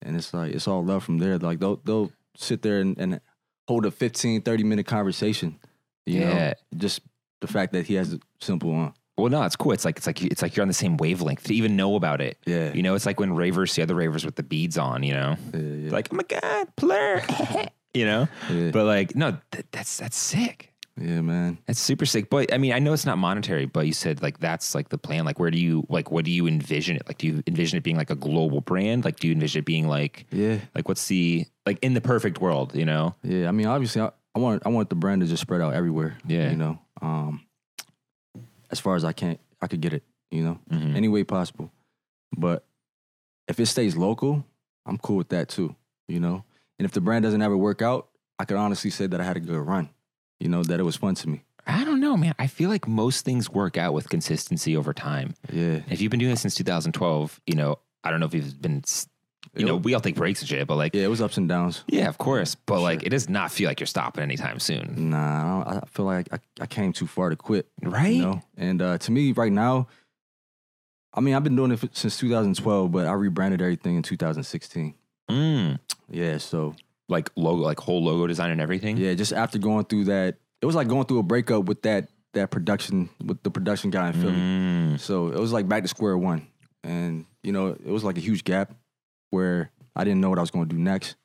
Speaker 2: and it's like it's all love from there. Like they'll they'll sit there and, and hold a 15, 30 minute conversation. You
Speaker 3: Yeah.
Speaker 2: know, just the fact that he has a simple on.
Speaker 3: Well, no, it's cool. It's like it's like it's like you're on the same wavelength to even know about it.
Speaker 2: Yeah.
Speaker 3: You know, it's like when ravers see other ravers with the beads on. You know,
Speaker 2: yeah, yeah,
Speaker 3: like oh my god, blur. you know,
Speaker 2: yeah,
Speaker 3: but like no, th- that's that's sick.
Speaker 2: yeah, man.
Speaker 3: That's super sick. But I mean, I know it's not monetary, but you said like that's like the plan. Like, where do you like what do you envision it? Like, do you envision it being like a global brand? Like, do you envision it being like
Speaker 2: Yeah.
Speaker 3: like what's the like in the perfect world? You know,
Speaker 2: Yeah, I mean, obviously, I, I want I want the brand to just spread out everywhere.
Speaker 3: Yeah.
Speaker 2: you know, um, as far as I can, I could get it. you know,
Speaker 3: Mhm.
Speaker 2: any way possible. But if it stays local, I'm cool with that too, you know. And if the brand doesn't ever work out, I could honestly say that I had a good run, you know, that it was fun to me.
Speaker 3: I don't know, man. I feel like most things work out with consistency over time.
Speaker 2: Yeah,
Speaker 3: If you've been doing this since 2012, you know, I don't know if you've been, s- you
Speaker 2: It
Speaker 3: know,
Speaker 2: was-
Speaker 3: we all take breaks and shit, but like,
Speaker 2: yeah, it was ups and downs.
Speaker 3: yeah, of course. But
Speaker 2: Sure.
Speaker 3: like, it does not feel like you're stopping anytime soon,
Speaker 2: Nah, I, don't- I feel like I, I came too far to quit.
Speaker 3: right?
Speaker 2: You know? And uh, to me, right now, I mean, I've been doing it f- since 2012, but I rebranded everything in 2016.
Speaker 3: Mm.
Speaker 2: Yeah, so
Speaker 3: Like logo, like whole logo design and everything.
Speaker 2: yeah, just after going through that, it was like going through a breakup with that that production with the production guy in Philly.
Speaker 3: Mm.
Speaker 2: So it was like back to square one, and you know, it was like a huge gap where I didn't know what I was going to do next,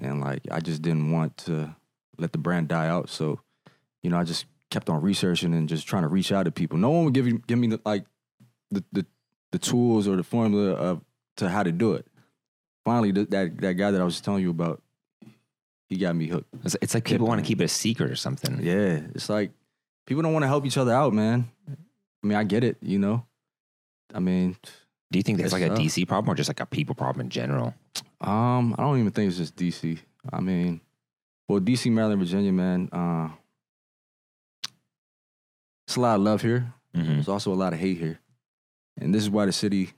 Speaker 2: and like I just didn't want to let the brand die out. So, you know, I just kept on researching and just trying to reach out to people. No one would give you give me the, like the, the the tools or the formula of to how to do it. Finally, th- that that guy that I was telling you about, he got me hooked.
Speaker 3: It's, it's like people want to keep it a secret or something.
Speaker 2: Yeah, it's like people don't want to help each other out, man. I mean, I get it, you know. I mean,
Speaker 3: Do you think there's
Speaker 2: Yes,
Speaker 3: like a
Speaker 2: sir.
Speaker 3: DC problem or just like a people problem in general?
Speaker 2: um, I don't even think it's just DC. I mean, well, DC, Maryland, Virginia, man. Uh, it's a lot of love here.
Speaker 3: Mm-hmm.
Speaker 2: There's also a lot of hate here, and this is why the city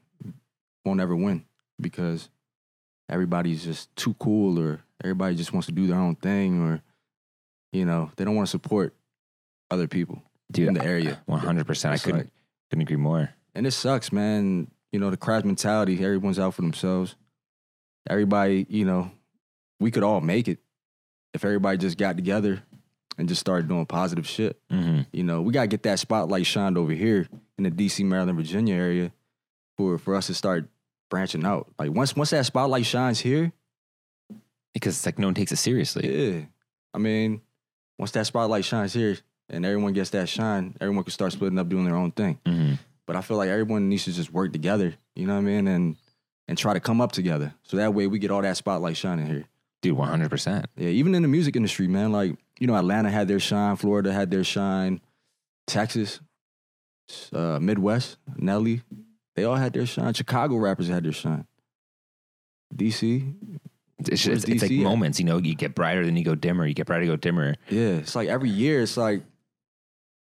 Speaker 2: won't ever win because everybody's just too cool, or everybody just wants to do their own thing, or you know, they don't want to support other people in
Speaker 3: Dude,
Speaker 2: the area.
Speaker 3: one hundred percent. I
Speaker 2: It's
Speaker 3: couldn't
Speaker 2: like-
Speaker 3: couldn't agree more.
Speaker 2: And it sucks, man. You know, the crash mentality, everyone's out for themselves. Everybody, you know, we could all make it if everybody just got together and just started doing positive shit.
Speaker 3: Mm-hmm.
Speaker 2: You know, we got to get that spotlight shined over here in the DC, Maryland, Virginia area for, for us to start branching out. Like, once, once that spotlight shines here,
Speaker 3: Because it's like no one takes it seriously.
Speaker 2: yeah. I mean, once that spotlight shines here and everyone gets that shine, everyone can start splitting up doing their own thing.
Speaker 3: Mm-hmm.
Speaker 2: but I feel like everyone needs to just work together. You know what I mean? And and try to come up together. So that way we get all that spotlight shining here.
Speaker 3: Dude, one hundred percent.
Speaker 2: Yeah, even in the music industry, man. Like you know, Atlanta had their shine, Florida had their shine, Texas, uh, Midwest, Nelly, they all had their shine. Chicago rappers had their shine. DC,
Speaker 3: It's,
Speaker 2: Where's
Speaker 3: it's, it's like
Speaker 2: DC at?
Speaker 3: moments, you know. You get brighter, then you go dimmer. You get brighter, you go dimmer.
Speaker 2: yeah, it's like every year, it's like,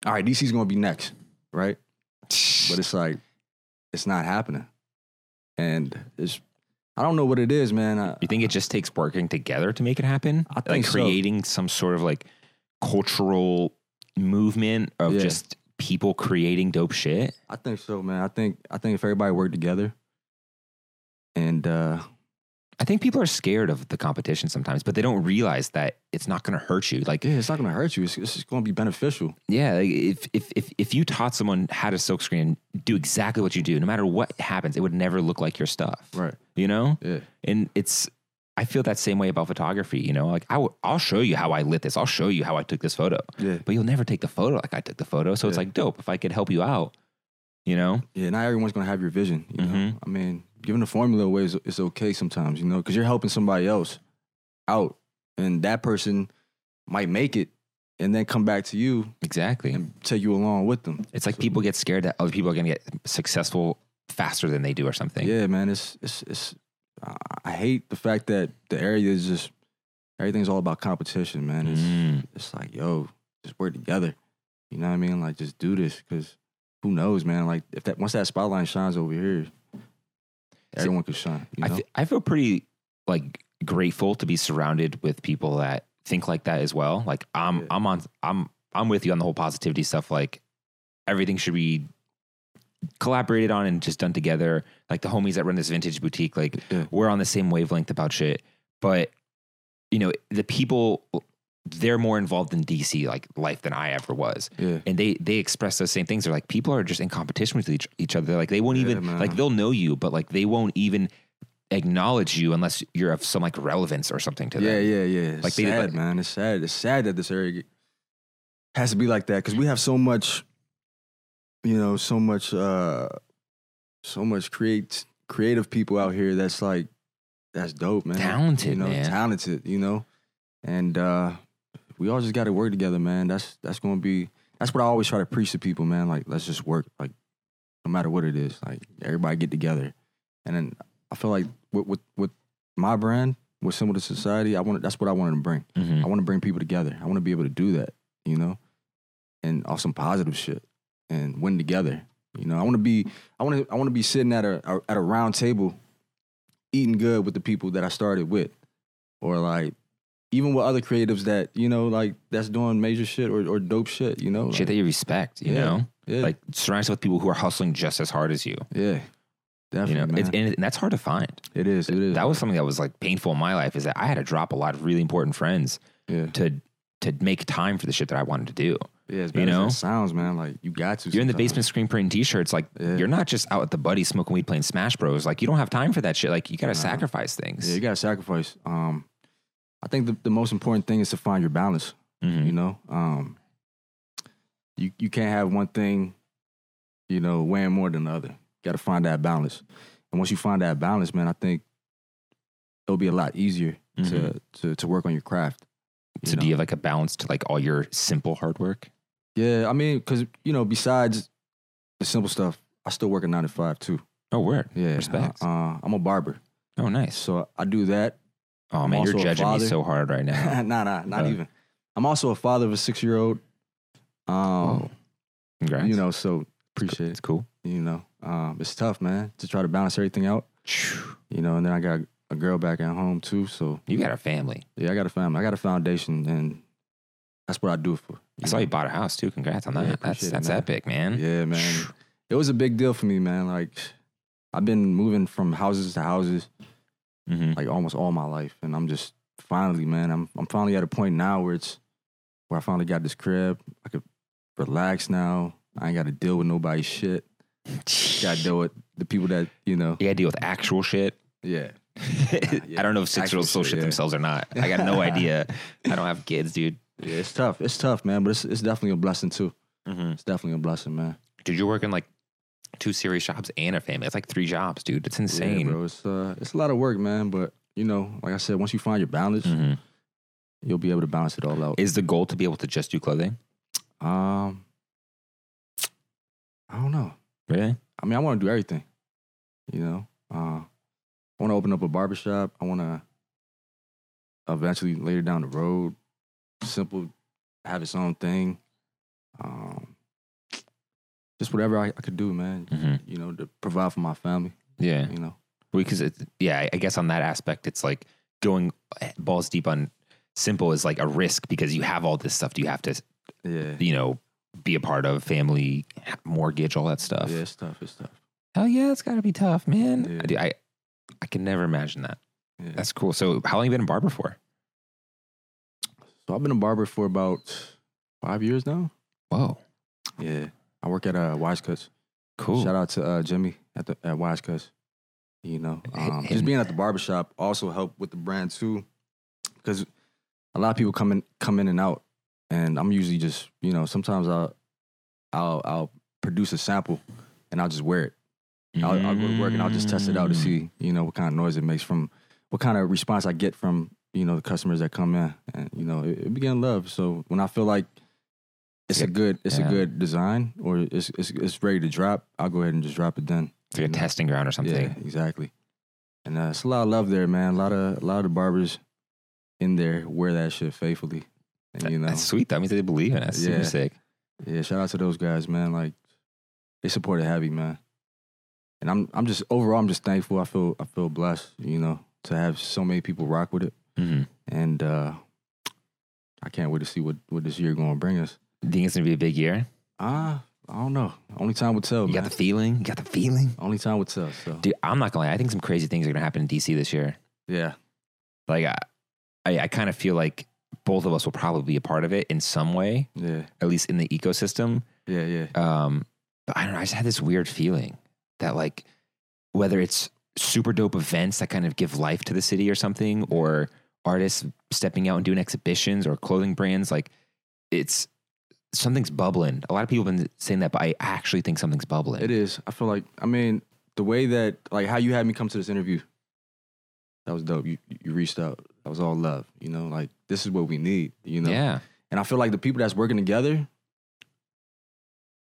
Speaker 2: all right, DC's gonna be next, right? but it's like it's not happening and it's i don't know what it is man I,
Speaker 3: You think it just takes working together to make it happen?
Speaker 2: I
Speaker 3: like
Speaker 2: think so.
Speaker 3: creating some sort of like cultural movement of
Speaker 2: Yeah.
Speaker 3: just people creating dope shit.
Speaker 2: i think so man i think i think if everybody worked together and uh
Speaker 3: I think people are scared of the competition sometimes, but they don't realize that it's not going to hurt you. Like,
Speaker 2: yeah it's not gonna hurt you it's, it's just gonna be beneficial
Speaker 3: yeah, like, if if if if you taught someone how to silkscreen and do exactly what you do, no matter what happens, it would never look like your stuff.
Speaker 2: right
Speaker 3: You know?
Speaker 2: yeah
Speaker 3: and it's I feel that same way about photography. You know, like I w- I'll show you how I lit this. I'll show you how I took this photo,
Speaker 2: yeah
Speaker 3: but you'll never take the photo like I took the photo. So it's
Speaker 2: Yeah.
Speaker 3: like dope if I could help you out. You know,
Speaker 2: yeah not everyone's gonna have your vision you know
Speaker 3: Mhm.
Speaker 2: i mean giving the formula away is it's okay sometimes you know because you're helping somebody else out and that person might make it and then come back to you
Speaker 3: exactly.
Speaker 2: and take you along with them
Speaker 3: It's like people get scared that other people are going to get successful faster than they do or something.
Speaker 2: Yeah, man. It's it's it's. I- I hate the fact that the area is just everything's all about competition, man. It's
Speaker 3: Mm.
Speaker 2: it's like yo, just work together. You know what I mean? Like just do this because who knows, man? Like if that once that spotlight shines over here, everyone can shine. You
Speaker 3: I,
Speaker 2: know?
Speaker 3: fe- I feel pretty like grateful to be surrounded with people that think like that as well. Like I'm
Speaker 2: Yeah.
Speaker 3: I'm on I'm I'm with you on the whole positivity stuff. Like everything should be collaborated on and just done together. Like the homies that run this vintage boutique, like
Speaker 2: Yeah.
Speaker 3: we're on the same wavelength about shit. But you know the people they're more involved in DC like life than I ever was
Speaker 2: yeah,
Speaker 3: and they they express those same things. They're like people are just in competition with each each other. Like they won't
Speaker 2: Yeah,
Speaker 3: even
Speaker 2: man.
Speaker 3: like they'll know you, but like they won't even acknowledge you unless you're of some like relevance or something to
Speaker 2: yeah,
Speaker 3: them.
Speaker 2: yeah, yeah. It's
Speaker 3: Like, they-
Speaker 2: sad,
Speaker 3: like-
Speaker 2: man. It's sad. It's sad that this area get- has to be like that because we have so much, you know, so much, uh so much create creative people out here. That's like, that's dope, man.
Speaker 3: Talented,
Speaker 2: you know,
Speaker 3: man.
Speaker 2: talented, you know, and uh we all just got to work together, man. That's that's gonna be that's what I always try to preach to people, man. Like, let's just work. Like, no matter what it is. Like everybody get together, and then I feel like with with, with my brand, with Symbol to Society, I want that's what I wanted to bring.
Speaker 3: Mhm.
Speaker 2: I want to bring people together. I want to be able to do that, you know, and on some positive shit and win together. You know, I want to be, I want to, I want to be sitting at a, a- at a round table, eating good with the people that I started with, or like even with other creatives that you know, like that's doing major shit or, or dope shit. You know,
Speaker 3: Shit that
Speaker 2: Like,
Speaker 3: you respect, you
Speaker 2: Yeah.
Speaker 3: know?
Speaker 2: yeah,
Speaker 3: Like surround yourself with people who are hustling just as hard as you.
Speaker 2: yeah,
Speaker 3: you know,
Speaker 2: definitely,
Speaker 3: it's,
Speaker 2: man.
Speaker 3: and, and that's hard to find.
Speaker 2: it is, it is.
Speaker 3: That was something that was like painful in my life is that I had to drop a lot of really important friends
Speaker 2: yeah,
Speaker 3: to to make time for the shit that I wanted to do.
Speaker 2: yeah. As
Speaker 3: you
Speaker 2: bad
Speaker 3: know?
Speaker 2: as that sounds, man. Like you got to.
Speaker 3: You're in the
Speaker 2: sometimes.
Speaker 3: basement screen printing t-shirts like
Speaker 2: Yeah.
Speaker 3: you're not just out at the buddy smoking weed playing Smash Bros. Like you don't have time for that shit. Like you got to
Speaker 2: Nah.
Speaker 3: sacrifice things.
Speaker 2: Yeah, you gotta sacrifice. Um, I think the, the most important thing is to find your balance.
Speaker 3: Mhm.
Speaker 2: You know, um, you you can't have one thing, you know, weighing more than the other. You gotta find that balance, and once you find that balance, man, I think it'll be a lot easier
Speaker 3: Mhm.
Speaker 2: to, to to work on your craft. you
Speaker 3: So
Speaker 2: know?
Speaker 3: do you have like a balance to like all your simple hard work?
Speaker 2: Yeah, I mean, because you know, besides the simple stuff, I still work a nine to five too.
Speaker 3: Oh, word.
Speaker 2: Yeah,
Speaker 3: Respect.
Speaker 2: Uh, uh, I'm a barber,
Speaker 3: Oh, nice.
Speaker 2: so I do that.
Speaker 3: Oh
Speaker 2: I'm
Speaker 3: man, you're
Speaker 2: also a
Speaker 3: judging me
Speaker 2: father.
Speaker 3: so hard right now.
Speaker 2: nah, nah, not
Speaker 3: Uh,
Speaker 2: even. I'm also a father of a six year old. Um,
Speaker 3: Oh, Congrats.
Speaker 2: you know, so appreciate
Speaker 3: It's cool.
Speaker 2: it. You know, um, it's tough, man, to try to balance everything out. You know, and then I got a girl back at home too. So
Speaker 3: You got a family.
Speaker 2: yeah, I got a family, I got a foundation, and that's what I do it for.
Speaker 3: I saw you bought a house too. Congrats on
Speaker 2: Yeah,
Speaker 3: that. that's
Speaker 2: appreciate it,
Speaker 3: that's
Speaker 2: man.
Speaker 3: epic, man.
Speaker 2: Yeah, man. It was a big deal for me, man. Like I've been moving from houses to houses
Speaker 3: Mhm.
Speaker 2: like almost all my life, and I'm just finally, man, I'm I'm finally at a point now where it's where I finally got this crib. I could relax now. I ain't got to deal with nobody's shit.
Speaker 3: Mm-hmm.
Speaker 2: Got to deal with the people that you know.
Speaker 3: You got to deal with actual shit.
Speaker 2: Yeah, yeah.
Speaker 3: I don't know if six year olds
Speaker 2: Actual
Speaker 3: still
Speaker 2: shit,
Speaker 3: shit
Speaker 2: yeah.
Speaker 3: themselves or not. I got no idea. I don't have kids, dude.
Speaker 2: yeah, it's tough. It's tough, man. But it's it's definitely a blessing too. It's definitely a blessing, man.
Speaker 3: Dude, you're working like two serious jobs and a family. It's like three jobs, dude. It's
Speaker 2: Yeah,
Speaker 3: insane.
Speaker 2: bro. It's uh, it's a lot of work, man. But you know, like I said, once you find your balance,
Speaker 3: Mhm.
Speaker 2: you'll be able to balance it all out.
Speaker 3: Is the goal to be able to just do clothing?
Speaker 2: um, I don't know.
Speaker 3: Really?
Speaker 2: I mean, I want to do everything. You know, uh, I want to open up a barbershop. I want to eventually later down the road, simple, have its own thing. Um, just whatever I, I could do, man.
Speaker 3: hmm
Speaker 2: You know, to provide for my family.
Speaker 3: Yeah.
Speaker 2: You know,
Speaker 3: because it, yeah, I- I guess on that aspect, it's like going eh, balls deep on simple is like a risk because you have all this stuff you have to,
Speaker 2: yeah,
Speaker 3: you know, be a part of family, mortgage, all that stuff.
Speaker 2: yeah. It's tough. It's tough.
Speaker 3: Hell yeah, it's got to be tough, man.
Speaker 2: Yeah.
Speaker 3: I, do- I I can never imagine that.
Speaker 2: Yeah.
Speaker 3: That's cool. So, how long you been a barber for?
Speaker 2: so I've been a barber for about five years now.
Speaker 3: Whoa,
Speaker 2: Yeah, I work at uh, Wise Cuts.
Speaker 3: cool.
Speaker 2: Shout out to uh, Jimmy at the at Wise Cuts. You know,
Speaker 3: Hey,
Speaker 2: um,
Speaker 3: hey.
Speaker 2: just being at the barbershop also helped with the brand too, because a lot of people come in come in and out, and I'm usually just you know sometimes I'll I'll, I'll produce a sample and I'll just wear it. I'll, I'll go to work and I'll just test it
Speaker 3: Mm.
Speaker 2: out to see you know what kind of noise it makes from what kind of response I get from you know the customers that come in, and you know it, it began love. So when I feel like it's a
Speaker 3: Yeah.
Speaker 2: good it's
Speaker 3: Yeah.
Speaker 2: a good design or it's, it's it's ready to drop, I'll go ahead and just drop it then.
Speaker 3: It's like a
Speaker 2: you know?
Speaker 3: testing ground or something.
Speaker 2: Yeah, exactly. And uh, it's a lot of love there, man. A lot of a lot of the barbers in there wear that shit faithfully, and you know,
Speaker 3: That's sweet. That means they believe in us. Super
Speaker 2: Yeah.
Speaker 3: sick.
Speaker 2: yeah. Shout out to those guys, man. Like they supported heavy, man. And I'm I'm just overall I'm just thankful. I feel I feel blessed, you know, to have so many people rock with it.
Speaker 3: hmm
Speaker 2: And uh, I can't wait to see what what this year going to bring us.
Speaker 3: Think it's gonna be a big year.
Speaker 2: Ah, I don't know. Only time will tell,
Speaker 3: You
Speaker 2: Oh, man.
Speaker 3: got the feeling. You got the feeling.
Speaker 2: Only time will tell. So
Speaker 3: Dude, I'm not gonna lie. I think some crazy things are gonna happen in DC this year.
Speaker 2: yeah,
Speaker 3: Like, I, I, I kind of feel like both of us will probably be a part of it in some way,
Speaker 2: yeah,
Speaker 3: at least in the ecosystem.
Speaker 2: yeah, yeah,
Speaker 3: Um, but I don't know. I just had this weird feeling that, like, whether it's super dope events that kind of give life to the city or something, or artists stepping out and doing exhibitions or clothing brands, like, it's something's bubbling. A lot of people have been saying that, but I actually think something's bubbling.
Speaker 2: It is. I feel like I mean the way that like how you had me come to this interview. That was dope. You you reached out. That was all love. You know, like this is what we need. You know,
Speaker 3: Yeah.
Speaker 2: and I feel like the people that's working together,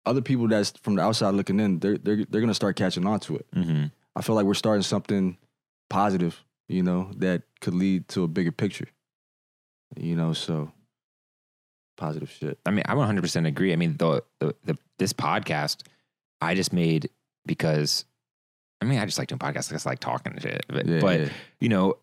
Speaker 2: other people that's from the outside looking in, they're they're they're gonna start catching on to it.
Speaker 3: Mm-hmm.
Speaker 2: I feel like we're starting something positive, you know, that could lead to a bigger picture. You know, so positive shit.
Speaker 3: I mean, I 100% agree. I mean, the, the, the this podcast I just made because I mean, I just like doing podcasts. I just like talking and shit. But,
Speaker 2: Yeah,
Speaker 3: but
Speaker 2: yeah.
Speaker 3: you know,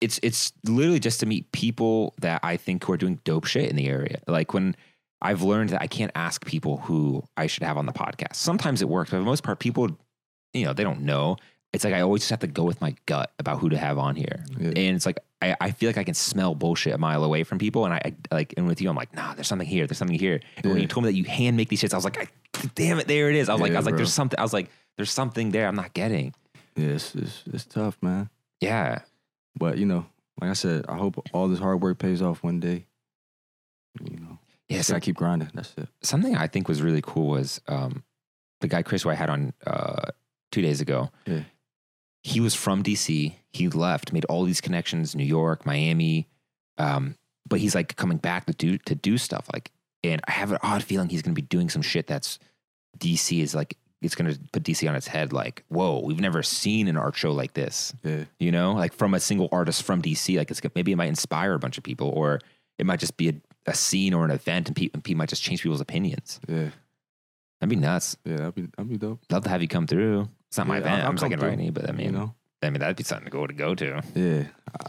Speaker 3: it's it's literally just to meet people that I think who are doing dope shit in the area. Like when I've learned that I can't ask people who I should have on the podcast. Sometimes it works, but for the most part, people, you know, they don't know. It's like I always just have to go with my gut about who to have on here,
Speaker 2: Yeah.
Speaker 3: and it's like I, I feel like I can smell bullshit a mile away from people, and I, I like and with you, I'm like, nah, there's something here, there's something here. And when
Speaker 2: Yeah.
Speaker 3: you told me that you hand make these shits, I was like, I, damn it, there it is. I was like, I
Speaker 2: Yeah,
Speaker 3: was like,
Speaker 2: bro.
Speaker 3: there's something. I was like, there's something there I'm not getting.
Speaker 2: Yeah, it's, it's it's tough, man.
Speaker 3: Yeah,
Speaker 2: But you know, like I said, I hope all this hard work pays off one day. You know,
Speaker 3: yeah.
Speaker 2: just
Speaker 3: So
Speaker 2: gotta keep grinding. That's it.
Speaker 3: something I think was really cool was um, the guy Chris who I had on uh, two days ago.
Speaker 2: Yeah.
Speaker 3: He was from DC. He left, made all these connections, New York, Miami. Um, but he's like coming back to do to do stuff like, and I have an odd feeling he's going to be doing some shit that's DC is like it's going to put DC on its head. Like, whoa, we've never seen an art show like this
Speaker 2: Yeah,
Speaker 3: you know, like from a single artist from DC. Like it's maybe it might inspire a bunch of people, or it might just be a, a scene or an event, and people and pe- might just change people's opinions.
Speaker 2: yeah,
Speaker 3: That'd be nuts.
Speaker 2: yeah. That'd be that'd be dope.
Speaker 3: Love to have you come through. It's not my
Speaker 2: Yeah,
Speaker 3: event.
Speaker 2: I'll-
Speaker 3: I'm just
Speaker 2: I'll
Speaker 3: like
Speaker 2: come through,
Speaker 3: inviting you, but I mean,
Speaker 2: you know,
Speaker 3: I mean that'd be something to go to go to.
Speaker 2: yeah. I,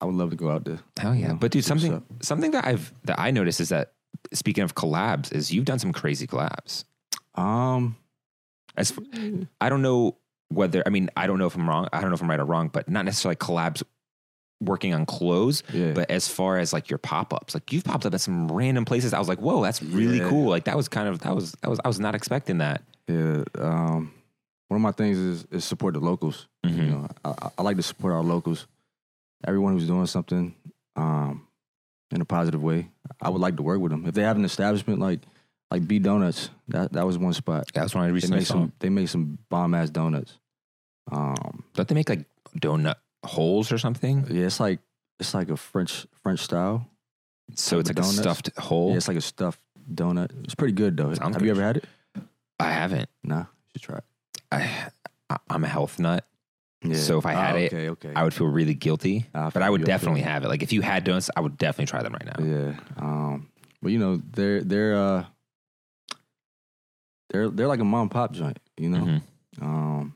Speaker 2: I would love to go out there.
Speaker 3: Hell
Speaker 2: you
Speaker 3: yeah!
Speaker 2: know,
Speaker 3: But dude,
Speaker 2: see what's
Speaker 3: something
Speaker 2: up.
Speaker 3: something that I've that I noticed is that speaking of collabs, is you've done some crazy collabs.
Speaker 2: Um,
Speaker 3: As f- I don't know whether I mean I don't know if I'm wrong. I don't know if I'm right or wrong, but not necessarily collabs working on clothes.
Speaker 2: yeah,
Speaker 3: But as far as like your pop ups, like you've popped up at some random places. I was like, whoa, that's really
Speaker 2: Yeah.
Speaker 3: cool. Like that was kind of that was that was I was not expecting that.
Speaker 2: yeah. Um, one of my things is is support the locals.
Speaker 3: Mm-hmm.
Speaker 2: You know, I- I, I like to support our locals, everyone who's doing something um, in a positive way. I would like to work with them if they have an establishment like like B Donuts. That that was one spot.
Speaker 3: That was when I
Speaker 2: They
Speaker 3: recently
Speaker 2: make
Speaker 3: saw.
Speaker 2: some they make some bomb ass donuts. Um,
Speaker 3: Don't they make like donut holes or something?
Speaker 2: yeah, it's like it's like a French French style.
Speaker 3: So it's like
Speaker 2: Donuts?
Speaker 3: a stuffed hole.
Speaker 2: Yeah, it's like a stuffed donut. It's pretty good though.
Speaker 3: Sounds
Speaker 2: have you
Speaker 3: good.
Speaker 2: ever had it?
Speaker 3: I haven't.
Speaker 2: Nah, you should try it.
Speaker 3: I, I I'm a health nut,
Speaker 2: Yeah.
Speaker 3: So if I had
Speaker 2: Ah,
Speaker 3: it,
Speaker 2: okay, okay.
Speaker 3: I would feel really guilty.
Speaker 2: Ah,
Speaker 3: But I would
Speaker 2: feel- feel-
Speaker 3: definitely have it. Like if you had donuts, I would definitely try them right now.
Speaker 2: Yeah. Um, but you know, they're they're uh they're they're like a mom and pop joint, you know.
Speaker 3: Mhm.
Speaker 2: Um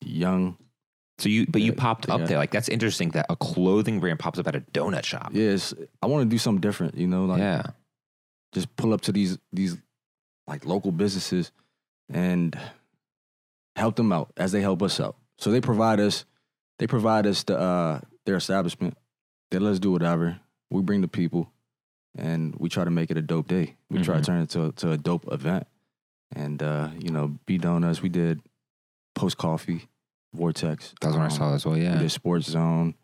Speaker 2: young.
Speaker 3: So you, but you
Speaker 2: Yeah,
Speaker 3: popped up
Speaker 2: yeah.
Speaker 3: there. Like that's interesting that a clothing brand pops up at a donut shop.
Speaker 2: Yeah, it's, I want to do something different, you know, like
Speaker 3: yeah.
Speaker 2: just pull up to these these like local businesses and help them out as they help us out. So they provide us they provide us the uh their establishment. They let us do whatever. We bring the people and we try to make it a dope day. We try to
Speaker 3: Mhm.
Speaker 2: turn it to to a dope event. And uh, you know, B Donuts, we did post coffee, Vortex.
Speaker 3: That was when I
Speaker 2: um,
Speaker 3: saw as well.
Speaker 2: We
Speaker 3: Yeah.
Speaker 2: did Sports Zone.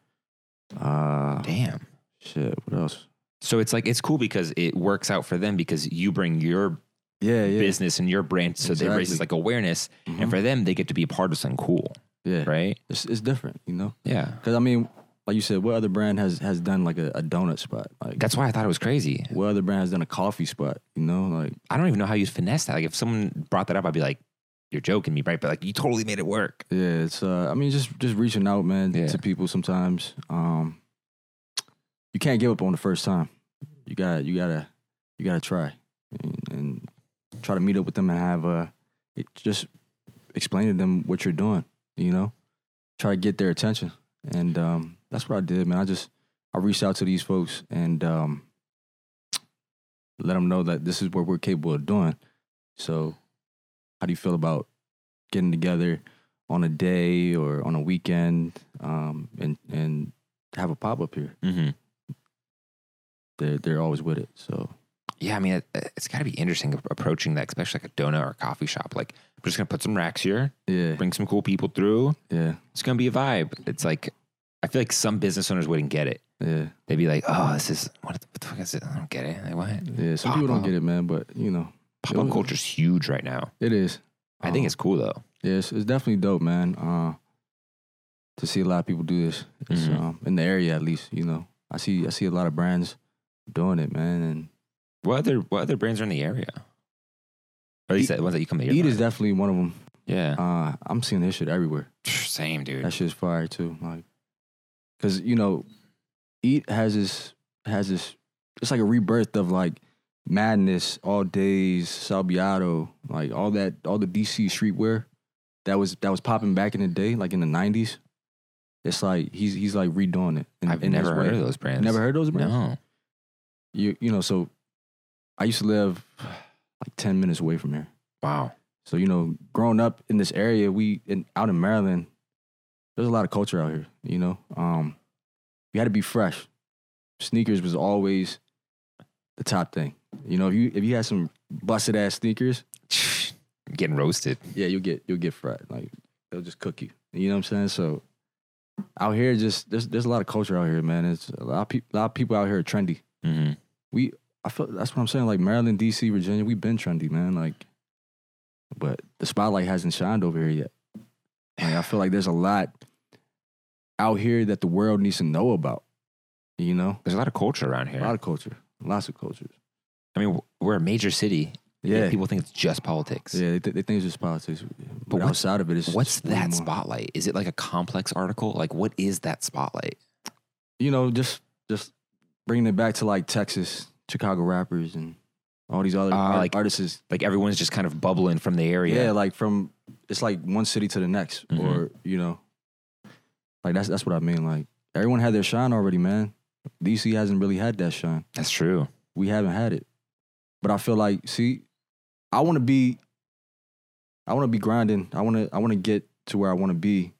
Speaker 2: Uh
Speaker 3: Damn.
Speaker 2: shit, what else?
Speaker 3: So it's like it's cool because it works out for them because you bring your
Speaker 2: Yeah, yeah.
Speaker 3: business and your brand, so they raises
Speaker 2: Exactly.
Speaker 3: like awareness,
Speaker 2: Mhm.
Speaker 3: and for them they get to be a part of something cool,
Speaker 2: yeah.
Speaker 3: right?
Speaker 2: It's it's different, you know.
Speaker 3: Yeah,
Speaker 2: Because I mean, like you said, what other brand has has done like a, a donut spot? Like
Speaker 3: that's why I thought it was crazy.
Speaker 2: what other brand has done a coffee spot? You know, like
Speaker 3: I don't even know how you finesse that. Like if someone brought that up, I'd be like, "You're joking me, right?" But like you totally made it work.
Speaker 2: yeah, it's uh, I mean, just just reaching out, man,
Speaker 3: Yeah.
Speaker 2: to people sometimes. Um, you can't give up on the first time. You got to you gotta you gotta try and, and try to meet up with them and have uh, it, just explain to them what you're doing. You know, try to get their attention, and um, that's what I did, man. I just I reached out to these folks and um, let them know that this is what we're capable of doing. So, how do you feel about getting together on a day or on a weekend um, and and have a pop up here?
Speaker 3: Mm-hmm.
Speaker 2: They're they're always with it. So
Speaker 3: Yeah, I mean it, it's got to be interesting approaching that, especially like a donut or a coffee shop. Like I'm just gonna put some racks here,
Speaker 2: yeah,
Speaker 3: bring some cool people through.
Speaker 2: yeah,
Speaker 3: It's gonna be a vibe. It's like I feel like some business owners wouldn't get it.
Speaker 2: yeah,
Speaker 3: They'd be like, "Oh, this is what, the- what the fuck is it? I don't get it. Like what?"
Speaker 2: yeah. Some
Speaker 3: Pop
Speaker 2: people don't
Speaker 3: up.
Speaker 2: get it, man, but you know
Speaker 3: Pop up
Speaker 2: Yeah.
Speaker 3: culture's huge right now.
Speaker 2: it is.
Speaker 3: I think
Speaker 2: Um,
Speaker 3: it's cool though.
Speaker 2: Yeah, it's, it's definitely dope, man. Uh, to see a lot of people do this it's,
Speaker 3: Mhm.
Speaker 2: um, in the area, at least, you know, I see I see a lot of brands doing it, man, and
Speaker 3: What other what other brands are in the area? Or at least the ones that you come to.
Speaker 2: Eat is definitely one of them.
Speaker 3: yeah.
Speaker 2: Uh, I'm seeing this shit everywhere.
Speaker 3: Same dude.
Speaker 2: That shit's fire too. Like, cause you know, Eat has this has this. It's like a rebirth of like madness, all days, Salbiato, like all that, all the DC streetwear that was that was popping back in the day, like in the '90s. It's like he's he's like redoing it. in-
Speaker 3: I've
Speaker 2: in his
Speaker 3: never
Speaker 2: way.
Speaker 3: heard of those brands.
Speaker 2: Never heard of those brands.
Speaker 3: No.
Speaker 2: You you know, so I used to live like ten minutes away from here.
Speaker 3: Wow.
Speaker 2: So you know, growing up in this area, we in, out in Maryland, there's a lot of culture out here. You know, um, you had to be fresh. Sneakers was always the top thing. You know, if you if you had some busted ass sneakers,
Speaker 3: Getting roasted.
Speaker 2: yeah, you'll get you'll get fried. Like they'll just cook you. You know what I'm saying? So out here, just there's there's a lot of culture out here, man. It's a lot of people. A lot of people out here are trendy.
Speaker 3: Mm-hmm.
Speaker 2: I feel that's what I'm saying. Like Maryland, DC, Virginia, we've been trendy, man. Like, but the spotlight hasn't shined over here yet. Like, I feel like there's a lot out here that the world needs to know about. You know,
Speaker 3: There's a lot of culture around here.
Speaker 2: a lot of culture, lots of cultures.
Speaker 3: I mean, we're a major city. yet
Speaker 2: Yeah, yeah.
Speaker 3: People think it's just politics.
Speaker 2: they, th- they think it's just politics, but,
Speaker 3: what's-
Speaker 2: outside of it, it's
Speaker 3: What's
Speaker 2: it's way
Speaker 3: that
Speaker 2: more.
Speaker 3: spotlight? Is it like a complex article? Like, what is that spotlight?
Speaker 2: You know, just just bringing it back to like Texas, Chicago rappers, and all these other
Speaker 3: Ah,
Speaker 2: art-
Speaker 3: like-
Speaker 2: artists.
Speaker 3: Like, everyone's just kind of bubbling from the
Speaker 2: Yeah,
Speaker 3: area.
Speaker 2: like from it's like one city to the next,
Speaker 3: Mhm.
Speaker 2: or you know, like that's that's what I mean. Like everyone had their shine already, man. DC hasn't really had that shine.
Speaker 3: That's true.
Speaker 2: We haven't had it, but I feel like, see, I want to be, I want to be grinding. I want to, I want to get to where I want to be.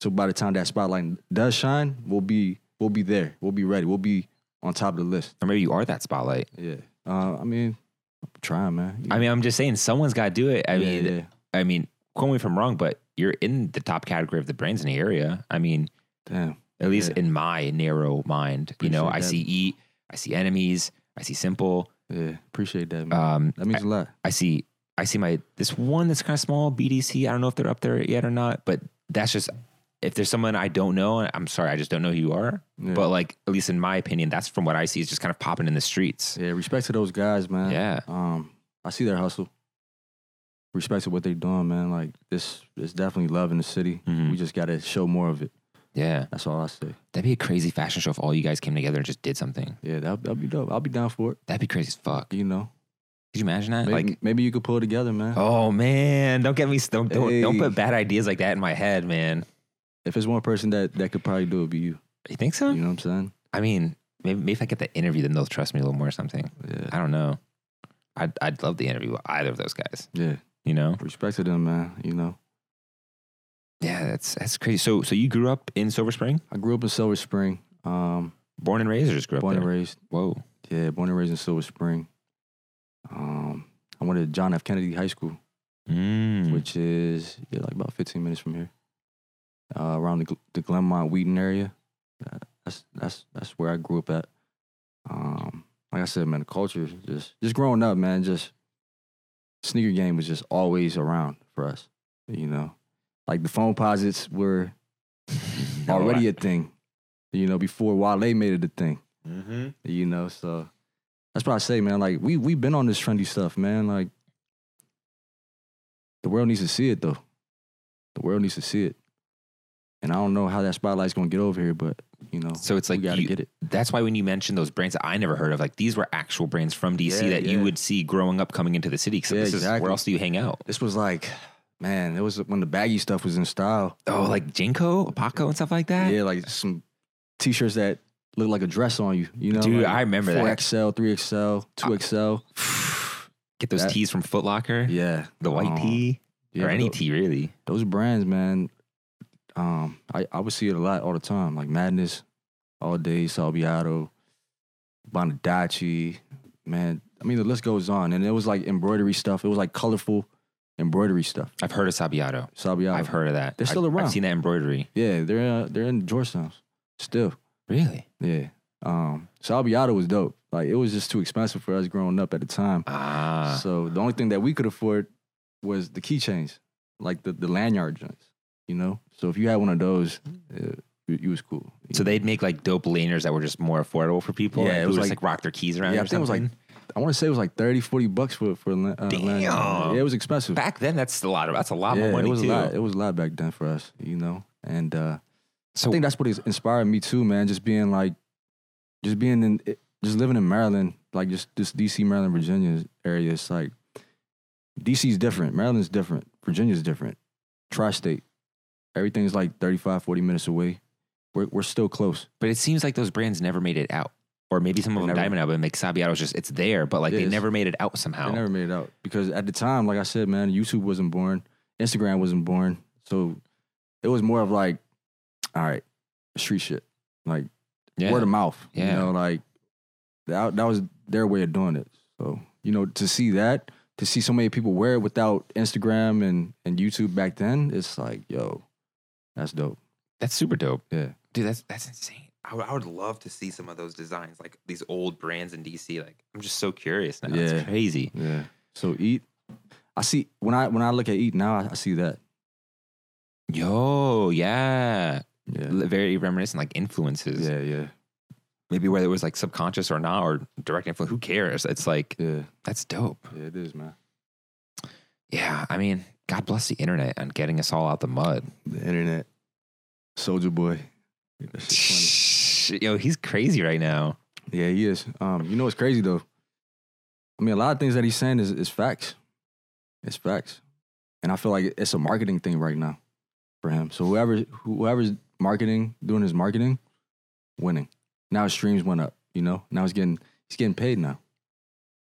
Speaker 2: So by the time that spotlight does shine, we'll be, we'll be there. We'll be ready. We'll be on top of the list.
Speaker 3: Or maybe you are that spotlight.
Speaker 2: Yeah. Uh, I mean, I'm trying, man.
Speaker 3: I mean, I'm just saying someone's got to do it. I
Speaker 2: Yeah,
Speaker 3: mean,
Speaker 2: yeah.
Speaker 3: I mean, quote me if I'm wrong, but you're in the top category of the brands in the area. I mean,
Speaker 2: damn.
Speaker 3: at least
Speaker 2: Yeah.
Speaker 3: in my narrow mind, you know,
Speaker 2: Appreciate
Speaker 3: I
Speaker 2: that.
Speaker 3: see Eat, I see Enemies, I see Simple,
Speaker 2: Yeah, appreciate that, man.
Speaker 3: um,
Speaker 2: that means a lot.
Speaker 3: I see I see my this one that's kind of small BDC. I don't know if they're up there yet or not, but that's just if there's someone I don't know, I'm sorry, I just don't know who you are.
Speaker 2: Yeah.
Speaker 3: But like at least in my opinion, that's from what I see is just kind of popping in the streets.
Speaker 2: Yeah, respect to those guys, man.
Speaker 3: Yeah.
Speaker 2: Um, I see their hustle. Respect to what they're doing, man. Like this, it's definitely love in the city.
Speaker 3: Mhm.
Speaker 2: We just gotta show more of it.
Speaker 3: Yeah.
Speaker 2: That's all I say.
Speaker 3: That'd be a crazy fashion show if all you guys came together and just did something.
Speaker 2: Yeah, that that'd be dope. I'll be down for it.
Speaker 3: That'd be crazy as fuck. Could
Speaker 2: You know,
Speaker 3: you imagine that?
Speaker 2: maybe,
Speaker 3: Like
Speaker 2: maybe you could pull it together, man.
Speaker 3: Oh man, don't get me don't don't, don't
Speaker 2: Hey.
Speaker 3: put bad ideas like that in my head, man.
Speaker 2: If it's one person that that could probably do it, it'd be you.
Speaker 3: You think so?
Speaker 2: You know what I'm saying?
Speaker 3: I mean, maybe, maybe if I get the interview, then they'll trust me a little more or something.
Speaker 2: Yeah,
Speaker 3: I don't know. I'd, I'd love the interview with either of those guys,
Speaker 2: yeah.
Speaker 3: you know?
Speaker 2: Respect to them, man. You know,
Speaker 3: Yeah, that's that's crazy. So so you grew up in Silver Spring?
Speaker 2: I grew up in Silver Spring. Um,
Speaker 3: Born and raised or just grew up
Speaker 2: born
Speaker 3: there?
Speaker 2: and raised.
Speaker 3: Whoa.
Speaker 2: Yeah, born and raised in Silver Spring. Um, I went to John F. Kennedy High School.
Speaker 3: Mm.
Speaker 2: which is yeah, like about 15 minutes from here, uh, around the, Gl- the Glenmont Wheaton area. Uh, that's that's that's where I grew up at. Um, like I said, man, the culture is just just growing up, man, just sneaker game was just always around for us. You know, like the phone posits were
Speaker 3: No,
Speaker 2: already
Speaker 3: Oh, I-
Speaker 2: a thing. You know, before Wale made it a thing.
Speaker 1: Mm-hmm.
Speaker 2: You know, so that's what I say, man. Like we we've been on this trendy stuff, man. Like the world needs to see it though. The world needs to see it. And I don't know how that spotlight's gonna get over here, but you know,
Speaker 3: so it's
Speaker 2: we
Speaker 3: like
Speaker 2: gotta
Speaker 3: you-
Speaker 2: get it.
Speaker 3: that's why when you mentioned those brands that I never heard of, like these were actual brands from DC
Speaker 2: Yeah,
Speaker 3: that you
Speaker 2: yeah.
Speaker 3: would see growing up coming into the city. Because
Speaker 2: Yeah,
Speaker 3: this is
Speaker 2: exactly.
Speaker 3: where else do you hang out?
Speaker 2: This was like, man, it was when the baggy stuff was in style.
Speaker 3: Oh, like Jinko, Paco, and stuff like that.
Speaker 2: yeah, like some t-shirts that look like a dress on you. You know,
Speaker 3: Dude,
Speaker 2: like
Speaker 3: I remember that.
Speaker 2: 4XL, 3XL, 2XL.
Speaker 3: Get those
Speaker 2: That-
Speaker 3: tees from Foot Locker,
Speaker 2: yeah,
Speaker 3: the white
Speaker 2: Um,
Speaker 3: tee,
Speaker 2: yeah,
Speaker 3: or any
Speaker 2: tho-
Speaker 3: tee really.
Speaker 2: those brands, man, um, I, I would see it a lot all the time, like Madness, All Day, Salviato, Bonadachi, man. I mean, the list goes on, and it was like embroidery stuff. It was like colorful embroidery stuff.
Speaker 3: I've heard of Sabiato.
Speaker 2: Salviato,
Speaker 3: I've heard of that.
Speaker 2: They're
Speaker 3: I've-
Speaker 2: still around.
Speaker 3: I've seen that embroidery.
Speaker 2: yeah, they're uh, they're in Georgetown still.
Speaker 3: Really?
Speaker 2: Yeah, um, Salviato was dope. Like it was just too expensive for us growing up at the time.
Speaker 3: Ah.
Speaker 2: So the only thing that we could afford was the keychains, like the, the lanyard joints, you know? So if you had one of those,
Speaker 3: Mm-hmm.
Speaker 2: uh, you, you was cool.
Speaker 3: So they'd make like dope laners that were just more affordable for people.
Speaker 2: Yeah,
Speaker 3: like,
Speaker 2: it
Speaker 3: who
Speaker 2: was
Speaker 3: just like
Speaker 2: like-
Speaker 3: rock their keys around.
Speaker 2: Yeah, I
Speaker 3: or
Speaker 2: think it was like
Speaker 3: something?
Speaker 2: I want to say it was like 30, 40 bucks for for lan- uh,
Speaker 3: Damn.
Speaker 2: lanyard. Yeah, it was expensive.
Speaker 3: Back then, that's a lot of that's a lot
Speaker 2: yeah,
Speaker 3: more money
Speaker 2: it was
Speaker 3: too.
Speaker 2: a lot. It was a lot back then for us, you know. And uh,
Speaker 3: So
Speaker 2: I think that's what has inspired me too, man. Just being like, just being in, eh, just living in Maryland, like just this DC, Maryland, Virginia area. It's like DC's different, Maryland's different, Virginia's different, tri-state. Everything's like 35, 40 minutes away. We're we're still close.
Speaker 3: But it seems like those brands never made it out. Or maybe some of them
Speaker 2: They never-
Speaker 3: diamond out, but like Sabiato's just it's there, but like
Speaker 2: Yeah,
Speaker 3: they
Speaker 2: it's-
Speaker 3: never made it out somehow.
Speaker 2: They never made it out because at the time, like I said, man, YouTube wasn't born, Instagram wasn't born, so it was more of like, all right, street shit, like
Speaker 3: yeah.
Speaker 2: word of mouth.
Speaker 3: Yeah.
Speaker 2: You know, like that, that was their way of doing it. So, you know, to see that, to see so many people wear it without Instagram and, and YouTube back then, it's like, yo, that's dope.
Speaker 3: That's super dope.
Speaker 2: Yeah.
Speaker 3: Dude, that's that's insane.
Speaker 1: I would, I would love to see some of those designs, like these old brands in DC. Like, I'm just so curious now.
Speaker 2: Yeah.
Speaker 3: That's crazy.
Speaker 2: Yeah. So eat. I see when I when I look at eat now, I, I see that.
Speaker 3: Yo, yeah.
Speaker 2: Yeah.
Speaker 3: L- Very reminiscent, like influences.
Speaker 2: Yeah, yeah.
Speaker 3: Maybe whether it was like subconscious or not, or direct influence, who cares? It's like,
Speaker 2: Yeah.
Speaker 3: that's dope.
Speaker 2: Yeah, it is, man.
Speaker 3: Yeah. I mean, God bless the internet and getting us all out the mud.
Speaker 2: The internet. Soldier boy. That shit's
Speaker 3: Yo, he's crazy right now.
Speaker 2: funny. Yeah, he is. Um, you know what's crazy though? I mean, a lot of things that he's saying is, is facts. It's facts, and I feel like it's a marketing thing right now for him. So whoever whoever's marketing doing his marketing, winning. Now his streams went up. You know, now he's getting he's getting paid now.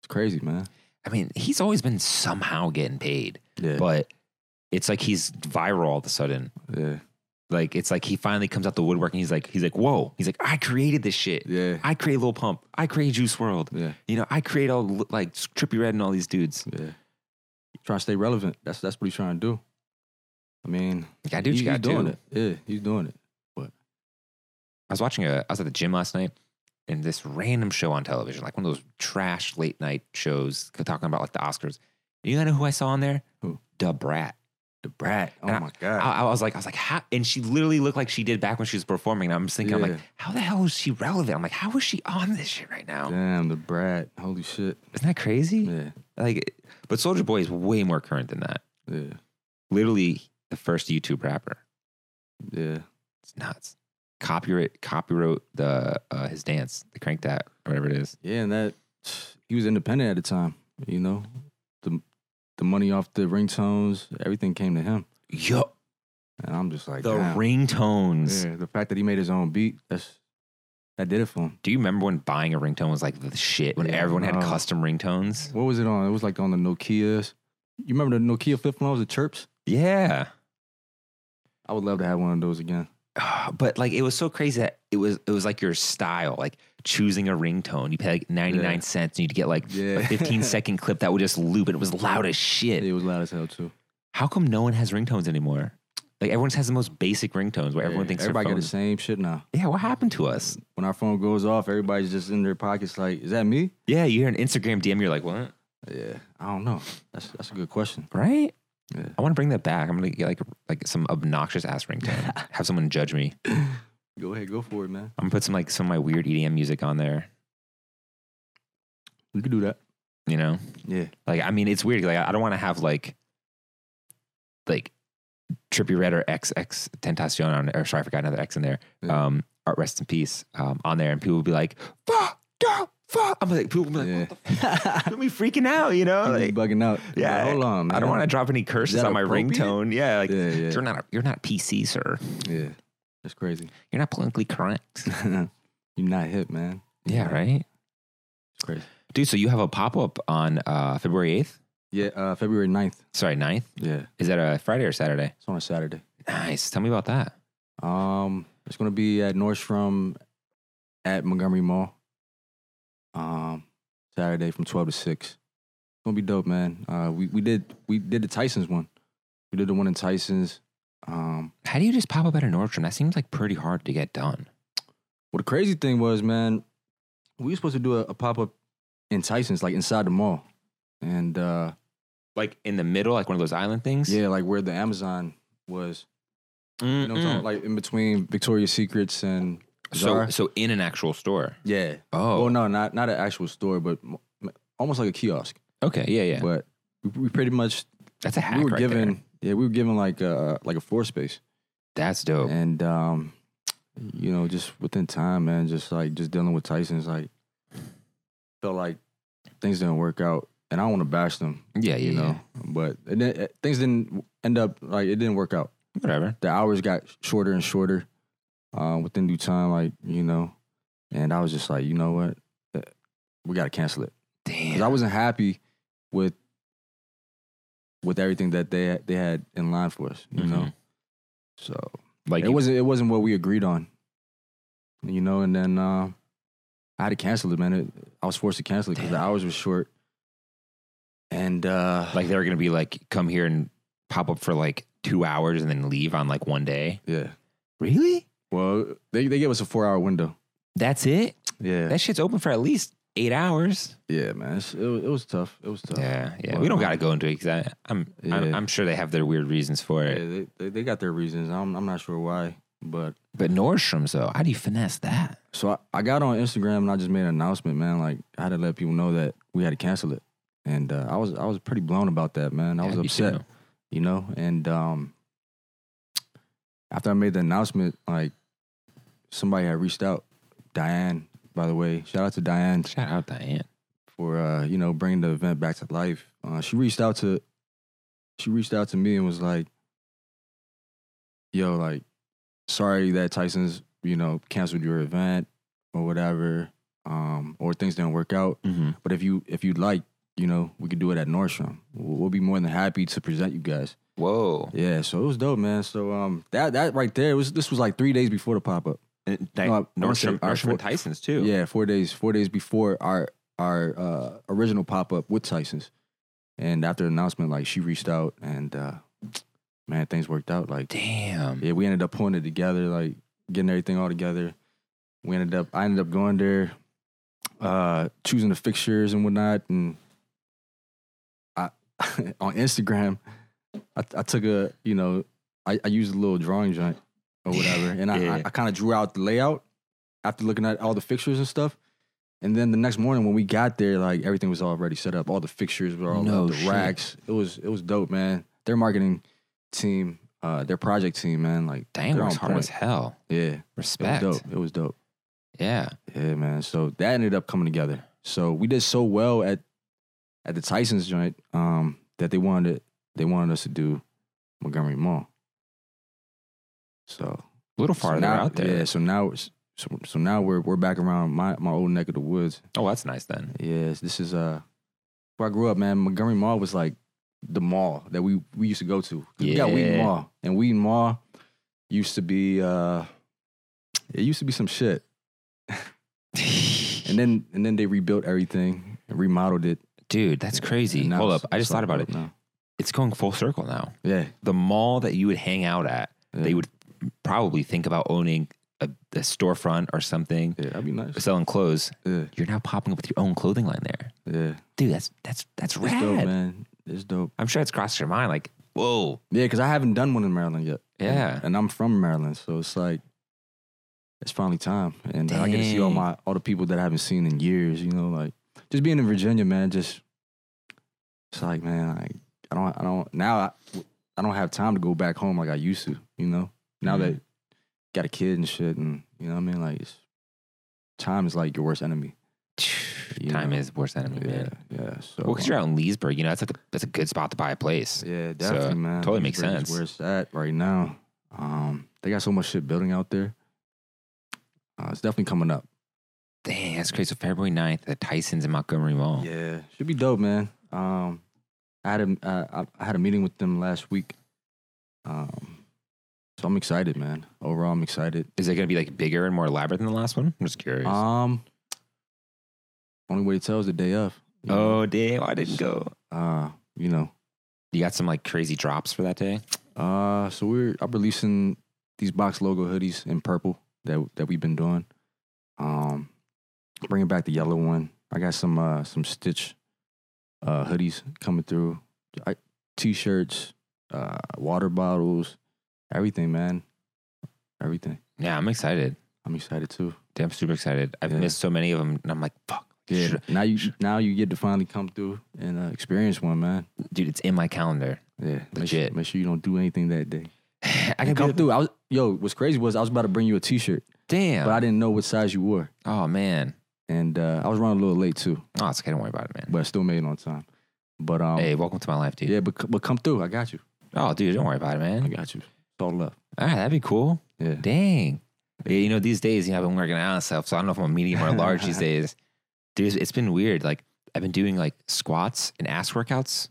Speaker 2: It's crazy, man.
Speaker 3: I mean, he's always been somehow getting paid,
Speaker 2: Yeah,
Speaker 3: but it's like he's viral all of a sudden.
Speaker 2: yeah,
Speaker 3: Like it's like he finally comes out the woodwork and he's like he's like whoa he's like I created this shit
Speaker 2: yeah,
Speaker 3: I create Lil Pump I create Juice World
Speaker 2: yeah,
Speaker 3: you know I create all like Trippy Red and all these dudes
Speaker 2: yeah. Trying to stay relevant. That's that's what he's trying to do. I mean,
Speaker 3: like, I do what
Speaker 2: he-
Speaker 3: you
Speaker 2: he's
Speaker 3: got
Speaker 2: doing
Speaker 3: to
Speaker 2: it. Yeah, he's doing it.
Speaker 3: I was watching a I was at the gym last night and this random show on television like one of those trash late night shows talking about like the Oscars and you know who I saw on there
Speaker 2: Who?
Speaker 3: Da Brat
Speaker 2: The brat. Oh
Speaker 3: And I-
Speaker 2: my god.
Speaker 3: I, I was like I was like how and she literally looked like she did back when she was performing and I'm just thinking I'm
Speaker 2: Yeah.
Speaker 3: like how the hell is she relevant I'm like how is she on this shit right now
Speaker 2: Damn, the brat. Holy shit.
Speaker 3: isn't that crazy
Speaker 2: Yeah,
Speaker 3: Like, but Soldier Boy is way more current than that.
Speaker 2: yeah,
Speaker 3: Literally, the first YouTube rapper.
Speaker 2: yeah.
Speaker 3: It's nuts. Copyright, copyright the uh, his dance, the crank that, or whatever it is.
Speaker 2: Yeah, and that he was independent at the time. You know, the the money off the ringtones, everything came to him.
Speaker 3: Yo,
Speaker 2: And I'm just like,
Speaker 3: the
Speaker 2: damn.
Speaker 3: ringtones.
Speaker 2: Yeah, the fact that he made his own beat, that's that did it for him.
Speaker 3: Do you remember when buying a ringtone was like the shit? When
Speaker 2: Yeah,
Speaker 3: everyone had
Speaker 2: no.
Speaker 3: custom ringtones.
Speaker 2: What was it on? It was like on the Nokia's. You remember the Nokia flip phones, the chirps?
Speaker 3: Yeah,
Speaker 2: I would love to have one of those again.
Speaker 3: Ah, but like it was so crazy that it was it was like your style, like choosing a ringtone. You pay like ninety nine
Speaker 2: Yeah.
Speaker 3: cents, and you'd get like a
Speaker 2: Yeah.
Speaker 3: fifteen second clip that would just loop, and it was loud as shit.
Speaker 2: It was loud as hell too.
Speaker 3: How come no one has ringtones anymore? Like everyone has the most basic ringtones where everyone
Speaker 2: Yeah,
Speaker 3: thinks
Speaker 2: everybody
Speaker 3: their
Speaker 2: got the
Speaker 3: phones.
Speaker 2: same shit now.
Speaker 3: Yeah, what happened to us?
Speaker 2: When our phone goes off, everybody's just in their pockets. Like, is that me?
Speaker 3: Yeah, you hear an Instagram DM, you're like, what?
Speaker 2: Yeah, I don't know. That's that's a good question.
Speaker 3: Right?
Speaker 2: Yeah.
Speaker 3: I want to bring that back. I'm gonna get like like some obnoxious ass ringtone. Have someone judge me.
Speaker 2: Go ahead, go for it, man.
Speaker 3: I'm gonna put some like some of my weird EDM music on there.
Speaker 2: We could do that.
Speaker 3: You know,
Speaker 2: Yeah.
Speaker 3: like I mean, it's weird. Like I don't want to have like like Trippy Red or XX Tentacion on, or sorry, I forgot another X in there.
Speaker 2: Yeah.
Speaker 3: Um, Art Rest in Peace um, on there, and people would be like, "Fuck, girl, fuck." I'm like, people would be like,
Speaker 2: yeah.
Speaker 3: Put me freaking out, you know?
Speaker 2: You
Speaker 3: Like,
Speaker 2: be bugging out.
Speaker 3: yeah,
Speaker 2: Like, hold on, man.
Speaker 3: I don't want to drop any curses
Speaker 2: that
Speaker 3: on my
Speaker 2: appropriate?
Speaker 3: ringtone. Yeah, like
Speaker 2: Yeah, yeah,
Speaker 3: you're not a, you're not PC, sir.
Speaker 2: yeah. That's crazy.
Speaker 3: You're not politically correct.
Speaker 2: You're not hip, man.
Speaker 3: yeah, right,
Speaker 2: It's crazy.
Speaker 3: dude. So you have a pop up on uh, February eighth.
Speaker 2: Yeah, uh, February 9th.
Speaker 3: Sorry, 9th.
Speaker 2: Yeah,
Speaker 3: Is that a Friday or Saturday?
Speaker 2: it's on a Saturday.
Speaker 3: Nice. Tell me about that.
Speaker 2: Um, it's gonna be at Nordstrom at Montgomery Mall. Um, Saturday from twelve to six. It's gonna be dope, man. Uh, we we did we did the Tyson's one. We did the one in Tyson's. Um,
Speaker 3: How do you just pop up at a Nordstrom? That seems like pretty hard to get done.
Speaker 2: Well, the crazy thing was, man, we were supposed to do a, a pop up in Tyson's, like inside the mall, and uh,
Speaker 3: Like in the middle, like one of those island things.
Speaker 2: yeah, like where the Amazon was, you know, what I'm
Speaker 3: Mm-mm.
Speaker 2: talking, like in between Victoria's Secrets and
Speaker 3: so
Speaker 2: Zara.
Speaker 3: so in an actual store.
Speaker 2: yeah.
Speaker 3: Oh,
Speaker 2: Well, no, not not an actual store, but m- m- almost like a kiosk.
Speaker 3: Okay, yeah, yeah.
Speaker 2: But we, we pretty much
Speaker 3: That's a hack
Speaker 2: we were
Speaker 3: right
Speaker 2: given
Speaker 3: there.
Speaker 2: yeah we were given like a like a floor space
Speaker 3: That's dope.
Speaker 2: and um you know just within time man just like just dealing with Tyson's like felt like things didn't work out and I don't want to bash them
Speaker 3: Yeah, yeah,
Speaker 2: you
Speaker 3: yeah.
Speaker 2: know but it, didn't- it, things didn't end up like it didn't work out
Speaker 3: Whatever.
Speaker 2: the hours got shorter and shorter uh, within due time like you know and I was just like you know what Uh, we got to cancel it. Because
Speaker 3: Damn.
Speaker 2: I wasn't happy with with everything that they they had in line for us, you know.
Speaker 1: Mhm.
Speaker 2: So
Speaker 3: like
Speaker 2: it
Speaker 3: you-
Speaker 2: wasn't it wasn't what we agreed on, you know. And then uh, I had to cancel it, man. It, I was forced to cancel it because the
Speaker 3: Damn.
Speaker 2: hours were short. And uh,
Speaker 3: like they were gonna be like come here and pop up for like two hours and then leave on like one day.
Speaker 2: yeah,
Speaker 3: Really?
Speaker 2: well, they they gave us a four hour window.
Speaker 3: That's it?
Speaker 2: Yeah,
Speaker 3: That shit's open for at least eight hours.
Speaker 2: yeah, man. It's, it, was- it was tough. It was tough.
Speaker 3: Yeah, yeah.
Speaker 2: Well,
Speaker 3: we don't
Speaker 2: um,
Speaker 3: got to go into it because I'm, I'm
Speaker 2: Yeah.
Speaker 3: I'm sure they have their weird reasons for
Speaker 2: Yeah,
Speaker 3: it.
Speaker 2: they, they they got their reasons. I'm I'm not sure why, but
Speaker 3: But Nordstrom's though, how do you finesse that?
Speaker 2: So I, I got on Instagram and I just made an announcement, man. Like I had to let people know that we had to cancel it, and uh, I was I was pretty blown about that, man. I was
Speaker 3: Yeah, me
Speaker 2: upset,
Speaker 3: too.
Speaker 2: you know. And um, after I made the announcement, like somebody had reached out, Diane, by the way. Shout out to Diane
Speaker 3: Shout out Diane.
Speaker 2: for uh, you know bringing the event back to life. Uh, she reached out to she reached out to me and was like, "Yo, like, sorry that Tyson's you know canceled your event or whatever, um, or things didn't work out.
Speaker 3: Mm-hmm.
Speaker 2: But if you if you'd like, you know, we could do it at Nordstrom. We'll, we'll be more than happy to present you guys.
Speaker 3: Whoa.
Speaker 2: Yeah, so it was dope, man. So um, that that right there it was this was like three days before the pop up.
Speaker 3: And, like,
Speaker 2: No, I- I wanna say-
Speaker 3: Nordstrom,
Speaker 2: I
Speaker 3: Nordstrom
Speaker 2: for-
Speaker 3: and Tyson's too.
Speaker 2: Yeah, four days. Four days before our our uh, original pop up with Tyson's, and after the announcement, like she reached out, and uh, man, things worked out. Like,
Speaker 3: Damn.
Speaker 2: yeah, we ended up pulling it together, like getting everything all together. We ended up, I ended up going there, uh, choosing the fixtures and whatnot, and I on Instagram, I, I took a, you know, I, I used a little drawing joint or whatever, and I,
Speaker 3: Yeah.
Speaker 2: I, I kind of drew out the layout after looking at all the fixtures and stuff. And then the next morning when we got there, like everything was already set up. All the fixtures were all
Speaker 3: No
Speaker 2: up, the
Speaker 3: shit.
Speaker 2: racks. It was it was dope, man. Their marketing team, uh, their project team, man, like
Speaker 3: Damn,
Speaker 2: they're
Speaker 3: works
Speaker 2: on
Speaker 3: hard
Speaker 2: point.
Speaker 3: as hell.
Speaker 2: yeah, it was
Speaker 3: Respect.
Speaker 2: dope. It was dope.
Speaker 3: Yeah.
Speaker 2: Yeah, man. So that ended up coming together. So we did so well at at the Tyson's joint um, that they wanted they wanted us to do Montgomery Mall. So
Speaker 3: A little
Speaker 2: so
Speaker 3: farther
Speaker 2: now-
Speaker 3: out there.
Speaker 2: Yeah. So now it's so, so now we're we're back around my my old neck of the woods.
Speaker 3: Oh, that's nice then.
Speaker 2: Yes, this is uh where I grew up, man. Montgomery Mall was like the mall that we we used to go to. 'Cause We got Wheaton
Speaker 3: Yeah.
Speaker 2: Mall, and Wheaton Mall used to be uh it used to be some shit. And then and then they rebuilt everything and remodeled it.
Speaker 3: Dude, that's crazy.
Speaker 2: And now
Speaker 3: Hold
Speaker 2: it's-
Speaker 3: up. I
Speaker 2: it's
Speaker 3: just
Speaker 2: all
Speaker 3: thought about it.
Speaker 2: built now.
Speaker 3: It's going full circle now.
Speaker 2: Yeah,
Speaker 3: The mall that you would hang out at,
Speaker 2: yeah.
Speaker 3: they would probably think about owning a, a storefront or something,
Speaker 2: Yeah, that'd be nice.
Speaker 3: selling clothes.
Speaker 2: Yeah,
Speaker 3: You're now popping up with your own clothing line there.
Speaker 2: yeah.
Speaker 3: Dude, that's that's that's
Speaker 2: It's dope,
Speaker 3: rad.
Speaker 2: man. It's dope.
Speaker 3: I'm sure it's crossed your mind like, whoa.
Speaker 2: Yeah, because I haven't done one in Maryland yet.
Speaker 3: Yeah.
Speaker 2: And, and I'm from Maryland, so it's like it's finally time. And I get to see all
Speaker 3: Dang.
Speaker 2: my all the people that I haven't seen in years, you know, like just being in Virginia, man, just it's like, man, like I don't I don't now I, I don't have time to go back home like I used to, you know. Now
Speaker 3: Mhm.
Speaker 2: that got a kid and shit and you know what I mean? Like it's, time is like your worst enemy. You
Speaker 3: Time
Speaker 2: know?
Speaker 3: is worst enemy,
Speaker 2: Yeah,
Speaker 3: man.
Speaker 2: yeah. So
Speaker 3: Well, because you're out in Leesburg, you know, that's like a, that's a good spot to buy a place.
Speaker 2: Yeah, definitely, man.
Speaker 3: totally
Speaker 2: These
Speaker 3: makes
Speaker 2: bridges
Speaker 3: sense.
Speaker 2: Where it's at right now, um, they got so much shit building out there. Uh, it's definitely coming up.
Speaker 3: Dang, that's crazy. So February 9th, the Tyson's in Montgomery Mall.
Speaker 2: Yeah, should be dope, man. Um, I had a I, I- I had a meeting with them last week, um, so I'm excited, man. Overall, I'm excited.
Speaker 3: Is it going to be like bigger and more elaborate than the last one? I'm just curious.
Speaker 2: Um, only way to tell is the day of. you know?
Speaker 3: oh, damn. I didn't go.
Speaker 2: uh, you know,
Speaker 3: You got some like crazy drops for that day?
Speaker 2: Uh, so we're I'm releasing these box logo hoodies in purple that that we've been doing. Um, bringing back the yellow one. I got some uh some stitch uh hoodies coming through. I, t-shirts, uh, water bottles, everything, man. Everything.
Speaker 3: Yeah, I'm excited.
Speaker 2: I'm excited too.
Speaker 3: Damn, I'm super excited. I've
Speaker 2: Yeah.
Speaker 3: missed so many of them, and I'm like, fuck, I Dude,
Speaker 2: Now you now you get to finally come through and uh, experience one, man.
Speaker 3: dude, it's in my calendar.
Speaker 2: Yeah, make sure,
Speaker 3: Legit.
Speaker 2: make sure you don't do anything that day.
Speaker 3: I
Speaker 2: I
Speaker 3: can come
Speaker 2: come
Speaker 3: through.
Speaker 2: through. I was yo. What's crazy was I was about to bring you a T-shirt,
Speaker 3: Damn.
Speaker 2: but I didn't know what size you were,
Speaker 3: oh man.
Speaker 2: and uh, I was running a little late too,
Speaker 3: Oh, it's okay. Don't worry about it, man.
Speaker 2: but I still made it on time. But um,
Speaker 3: hey, welcome to my life, dude.
Speaker 2: yeah, but c- but come through. I got you.
Speaker 3: Oh, dude, don't worry about it,
Speaker 2: I
Speaker 3: man.
Speaker 2: got you. It's all love.
Speaker 3: All right, that'd be cool.
Speaker 2: Yeah.
Speaker 3: Dang. Yeah, you know, these days, you know, I've been working out and stuff, so I don't know if I'm a medium or a large these days. Dude, it's- it's been weird. Like, I've been doing like squats and ass workouts.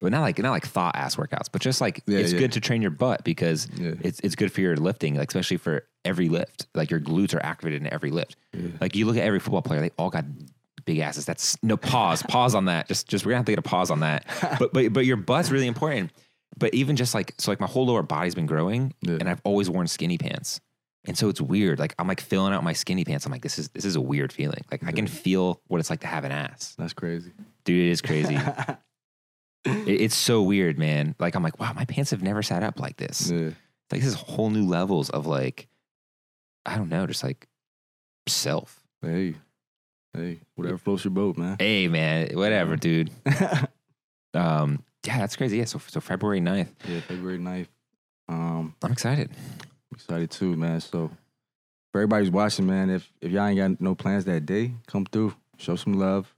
Speaker 3: But not like not like thought ass workouts, but just like
Speaker 2: Yeah,
Speaker 3: it's
Speaker 2: yeah.
Speaker 3: good to train your butt because
Speaker 2: Yeah.
Speaker 3: it's it's good for your lifting, like especially for every lift. Like your glutes are activated in every lift.
Speaker 2: Yeah.
Speaker 3: Like you look at every football player, they all got big asses. That's no pause, pause on that. Just just we're gonna have to get a pause on that. But but but your butt's really important. But even just like so, like my whole lower body's been growing,
Speaker 2: Yeah.
Speaker 3: and I've always worn skinny pants, and so it's weird. Like I'm like filling out my skinny pants. I'm like this is this is a weird feeling. Like I can feel what it's like to have an ass,
Speaker 2: That's crazy.
Speaker 3: dude. It is crazy. it, it's so weird, man. Like I'm like wow, my pants have never sat up like this
Speaker 2: Yeah.
Speaker 3: like this is whole new levels of like i don't know just like self
Speaker 2: Hey. Hey. Whatever floats your boat, man.
Speaker 3: hey man whatever dude um yeah that's crazy yeah so, so february 9th
Speaker 2: Yeah, February 9th. Um,
Speaker 3: i'm excited
Speaker 2: I'm excited too, man. So for everybody's watching, man, if if y'all ain't got no plans that day, come through, show some love,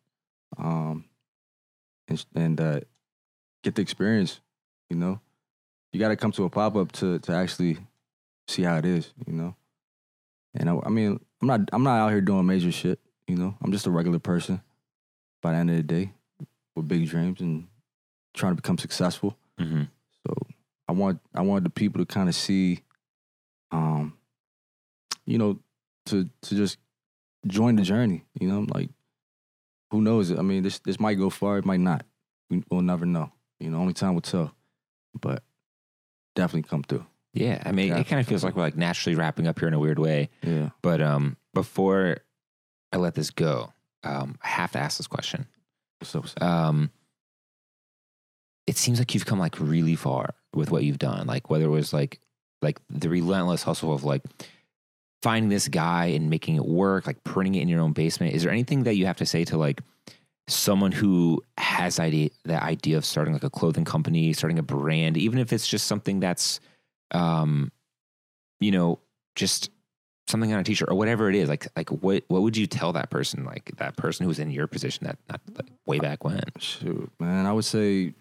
Speaker 2: um, and and uh, get the experience. You know, you got to come to a pop up to to actually see how it is. You know, and I, I mean, I'm not I'm not out here doing major shit. You know, I'm just a regular person. By the end of the day, with big dreams and trying to become successful.
Speaker 3: mm-hmm.
Speaker 2: So I want I want the people to kind of see, um, you know, to to just join the journey. You know, like who knows? I mean, this this might go far, it might not. We, we'll never know. You know, only time will tell. But definitely come through.
Speaker 3: yeah i mean
Speaker 2: Yeah.
Speaker 3: it kind of feels like we're like naturally wrapping up here in a weird way
Speaker 2: Yeah.
Speaker 3: but um before i let this go um i have to ask this question
Speaker 2: So
Speaker 3: um it seems like you've come like really far with what you've done like whether it was like like the relentless hustle of like finding this guy and making it work like printing it in your own basement is there anything that you have to say to like someone who has idea that idea of starting like a clothing company starting a brand even if it's just something that's um you know just something on a t-shirt or whatever it is like like what what would you tell that person like that person who was in your position that not like way back when
Speaker 2: shoot, man, I would say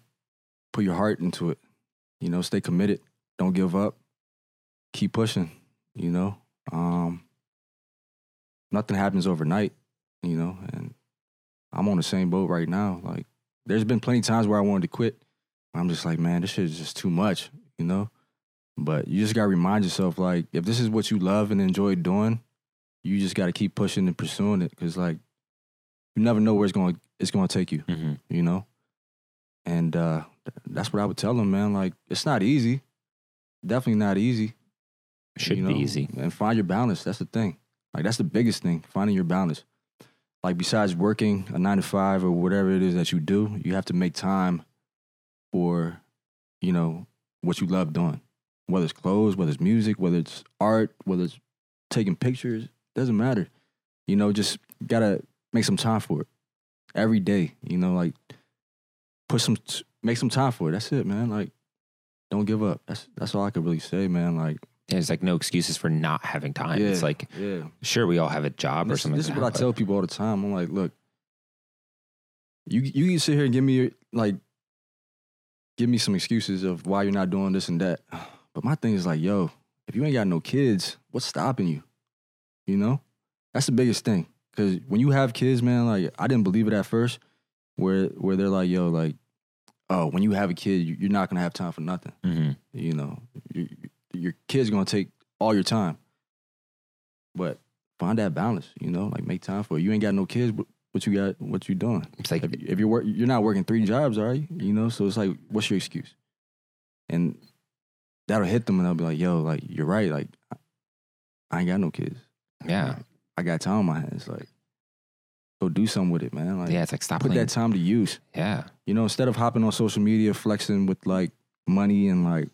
Speaker 2: put your heart into it. You know, stay committed. Don't give up. Keep pushing. You know, um, nothing happens overnight. You know, and I'm on the same boat right now. Like, there's been plenty of times where I wanted to quit. I'm just like, man, this shit is just too much. You know, but you just gotta remind yourself, like, if this is what you love and enjoy doing, you just gotta keep pushing and pursuing it. Cause like, you never know where it's going. to It's going to take you
Speaker 3: mm-hmm.
Speaker 2: you know and uh th- that's what i would tell them man like it's not easy definitely not easy
Speaker 3: should
Speaker 2: you
Speaker 3: be
Speaker 2: know?
Speaker 3: easy
Speaker 2: and find your balance that's the thing like that's the biggest thing finding your balance like besides working a nine to five or whatever it is that you do you have to make time for you know what you love doing whether it's clothes whether it's music whether it's art whether it's taking pictures doesn't matter you know just gotta make some time for it every day you know like put some make some time for it that's it man like don't give up that's that's all i could really say man like
Speaker 3: there's like no excuses for not having time
Speaker 2: Yeah.
Speaker 3: it's like
Speaker 2: yeah
Speaker 3: sure we all have a job
Speaker 2: And
Speaker 3: or
Speaker 2: this,
Speaker 3: something
Speaker 2: this is
Speaker 3: like
Speaker 2: what I
Speaker 3: that,
Speaker 2: tell people all the time. I'm like, look, you you can sit here and give me your like, give me some excuses of why you're not doing this and that. But my thing is like, yo, if you ain't got no kids, what's stopping you? You know, that's the biggest thing. Cause when you have kids, man, like I didn't believe it at first, where where they're like, yo, like, oh, when you have a kid, you- you're not gonna have time for nothing
Speaker 3: but- Mhm.
Speaker 2: you know your, your kid's gonna take all your time but find that balance you know like make time for it you ain't got no kids what, what you got what you doing
Speaker 3: it's like
Speaker 2: if, if you're work, you're not working three jobs are you you know so it's like what's your excuse and that'll hit them and they'll be like yo like you're right like I- i ain't got no kids
Speaker 3: yeah
Speaker 2: i got time on my hands like go do something with it man like
Speaker 3: yeah it's like stop
Speaker 2: put
Speaker 3: playing
Speaker 2: that time to use
Speaker 3: yeah
Speaker 2: you know, instead of hopping on social media flexing with like money and like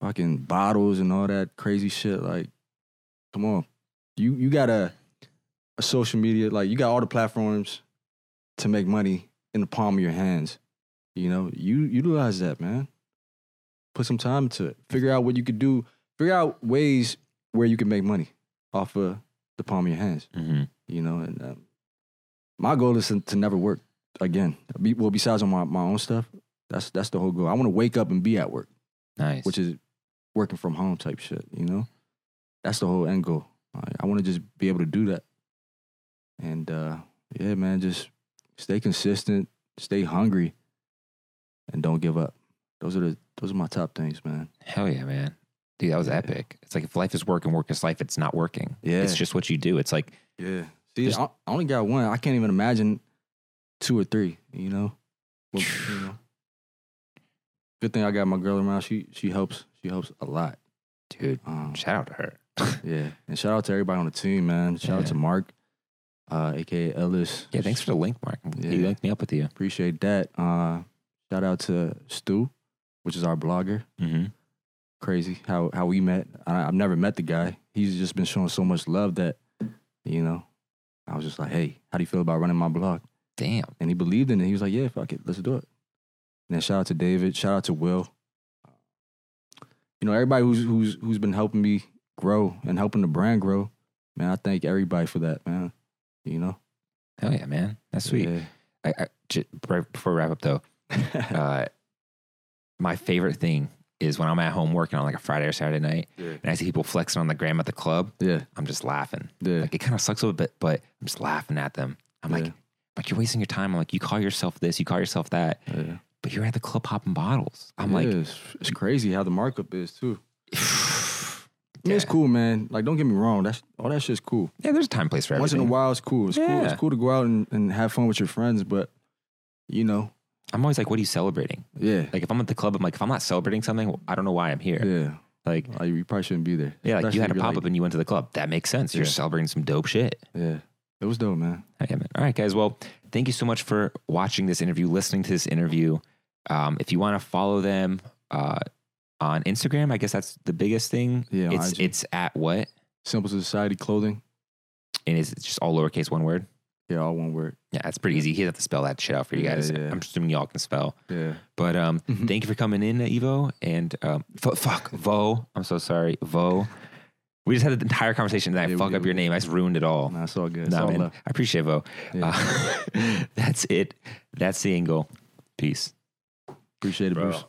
Speaker 2: fucking bottles and all that crazy shit, like, come on, you you gotta a social media, like you got all the platforms to make money in the palm of your hands. You know, you utilize that, man. Put some time into it. Figure out what you could do. Figure out ways where you can make money off of the palm of your hands.
Speaker 3: Mm-hmm.
Speaker 2: You know, and um, my goal is to, to never work again. Be- Well, besides on my, my own stuff, that's that's the whole goal. I want to wake up and be at work
Speaker 3: Nice.
Speaker 2: which is working from home type shit. You know, that's the whole end goal. Like, I want to just be able to do that. And uh, yeah, man, just stay consistent, stay hungry, and don't give up. Those are the those are my top things, man.
Speaker 3: Hell yeah, man. Dude, that was
Speaker 2: Yeah.
Speaker 3: epic. It's like if life is work and work is life, it's not working.
Speaker 2: Yeah.
Speaker 3: It's just what you do. It's like,
Speaker 2: Yeah. See,
Speaker 3: Just-
Speaker 2: I, I only got one. I can't even imagine two or three. You know. Well, you know. Good thing I got my girl around. She she helps. She helps a lot.
Speaker 3: dude,
Speaker 2: Um,
Speaker 3: shout out to her.
Speaker 2: Yeah, and shout out to everybody on the team, man. Shout out
Speaker 3: Yeah.
Speaker 2: to Mark, uh, aka Ellis.
Speaker 3: Yeah, thanks for the link, Mark.
Speaker 2: Yeah.
Speaker 3: He linked me up with you.
Speaker 2: Appreciate that. Uh, shout out to Stu, which is our blogger.
Speaker 3: Mm-hmm.
Speaker 2: Crazy how how we met. I, I've never met the guy. He's just been showing so much love that, you know, I was just like, hey, how do you feel about running my blog?
Speaker 3: Damn.
Speaker 2: And he believed in it. He was like, yeah, fuck it, let's do it. And then shout out to David. Shout out to Will. You know, everybody who's who's who's been helping me grow and helping the brand grow. Man, I thank everybody for that, man. You know,
Speaker 3: Hell yeah, man. That's sweet. I, I, j- right before we wrap up, though,
Speaker 2: Yeah.
Speaker 3: uh, my favorite thing is when I'm at home working on like a Friday or Saturday night and I see people flexing on the gram at the club,
Speaker 2: yeah,
Speaker 3: I'm just laughing.
Speaker 2: yeah,
Speaker 3: Like it kind of sucks a little bit, but I'm just laughing at them. I'm like,
Speaker 2: Yeah.
Speaker 3: I'm like, you're wasting your time. I'm like, you call yourself this, you call yourself that,
Speaker 2: yeah.
Speaker 3: but you're at the club popping bottles. I'm
Speaker 2: Yeah,
Speaker 3: like,
Speaker 2: it's, it's crazy how the markup is too. I mean,
Speaker 3: yeah.
Speaker 2: It's cool, man. Like, don't get me wrong. That's all that shit's cool.
Speaker 3: yeah, there's a time and place for everything.
Speaker 2: Once in a while, it's cool. It's cool.
Speaker 3: Yeah.
Speaker 2: It's cool to go out and, and have fun with your friends, but you know,
Speaker 3: I'm always like, what are you celebrating?
Speaker 2: yeah,
Speaker 3: Like if I'm at the club, I'm like, if I'm not celebrating something, well, I don't know why I'm here.
Speaker 2: yeah.
Speaker 3: Like,
Speaker 2: Like, you probably shouldn't be there.
Speaker 3: yeah, like you had a
Speaker 2: Especially if you're,
Speaker 3: pop up and you went to the club. That makes sense. You're
Speaker 2: Yeah.
Speaker 3: celebrating some dope shit.
Speaker 2: Yeah, it was dope, man.
Speaker 3: Okay, man. All right, guys. Well, thank you so much for watching this interview, listening to this interview. Um, if you want to follow them uh, on Instagram, I guess that's the biggest thing.
Speaker 2: Yeah, on
Speaker 3: it's
Speaker 2: IG.
Speaker 3: it's at what,
Speaker 2: Simple Society Clothing.
Speaker 3: and is it just all lowercase, one word?
Speaker 2: Yeah, all one word.
Speaker 3: Yeah, that's pretty easy. He have to spell that shit out for you
Speaker 2: Yeah,
Speaker 3: guys.
Speaker 2: yeah.
Speaker 3: I'm assuming y'all can spell.
Speaker 2: Yeah.
Speaker 3: But um,
Speaker 2: Mhm.
Speaker 3: thank you for coming in, Evo. And um, fu- fuck, Vo. I'm so sorry, Vo. We just had the entire conversation that I
Speaker 2: Yeah, we
Speaker 3: fuck
Speaker 2: did,
Speaker 3: up
Speaker 2: we
Speaker 3: your
Speaker 2: did.
Speaker 3: name. I just ruined it all.
Speaker 2: Nah, it's all good. It's
Speaker 3: Nah,
Speaker 2: all
Speaker 3: man.
Speaker 2: love.
Speaker 3: I appreciate Vo.
Speaker 2: Yeah.
Speaker 3: Uh, that's it. That's the angle. Peace.
Speaker 2: Appreciate it,
Speaker 3: Bro.
Speaker 2: Bruce.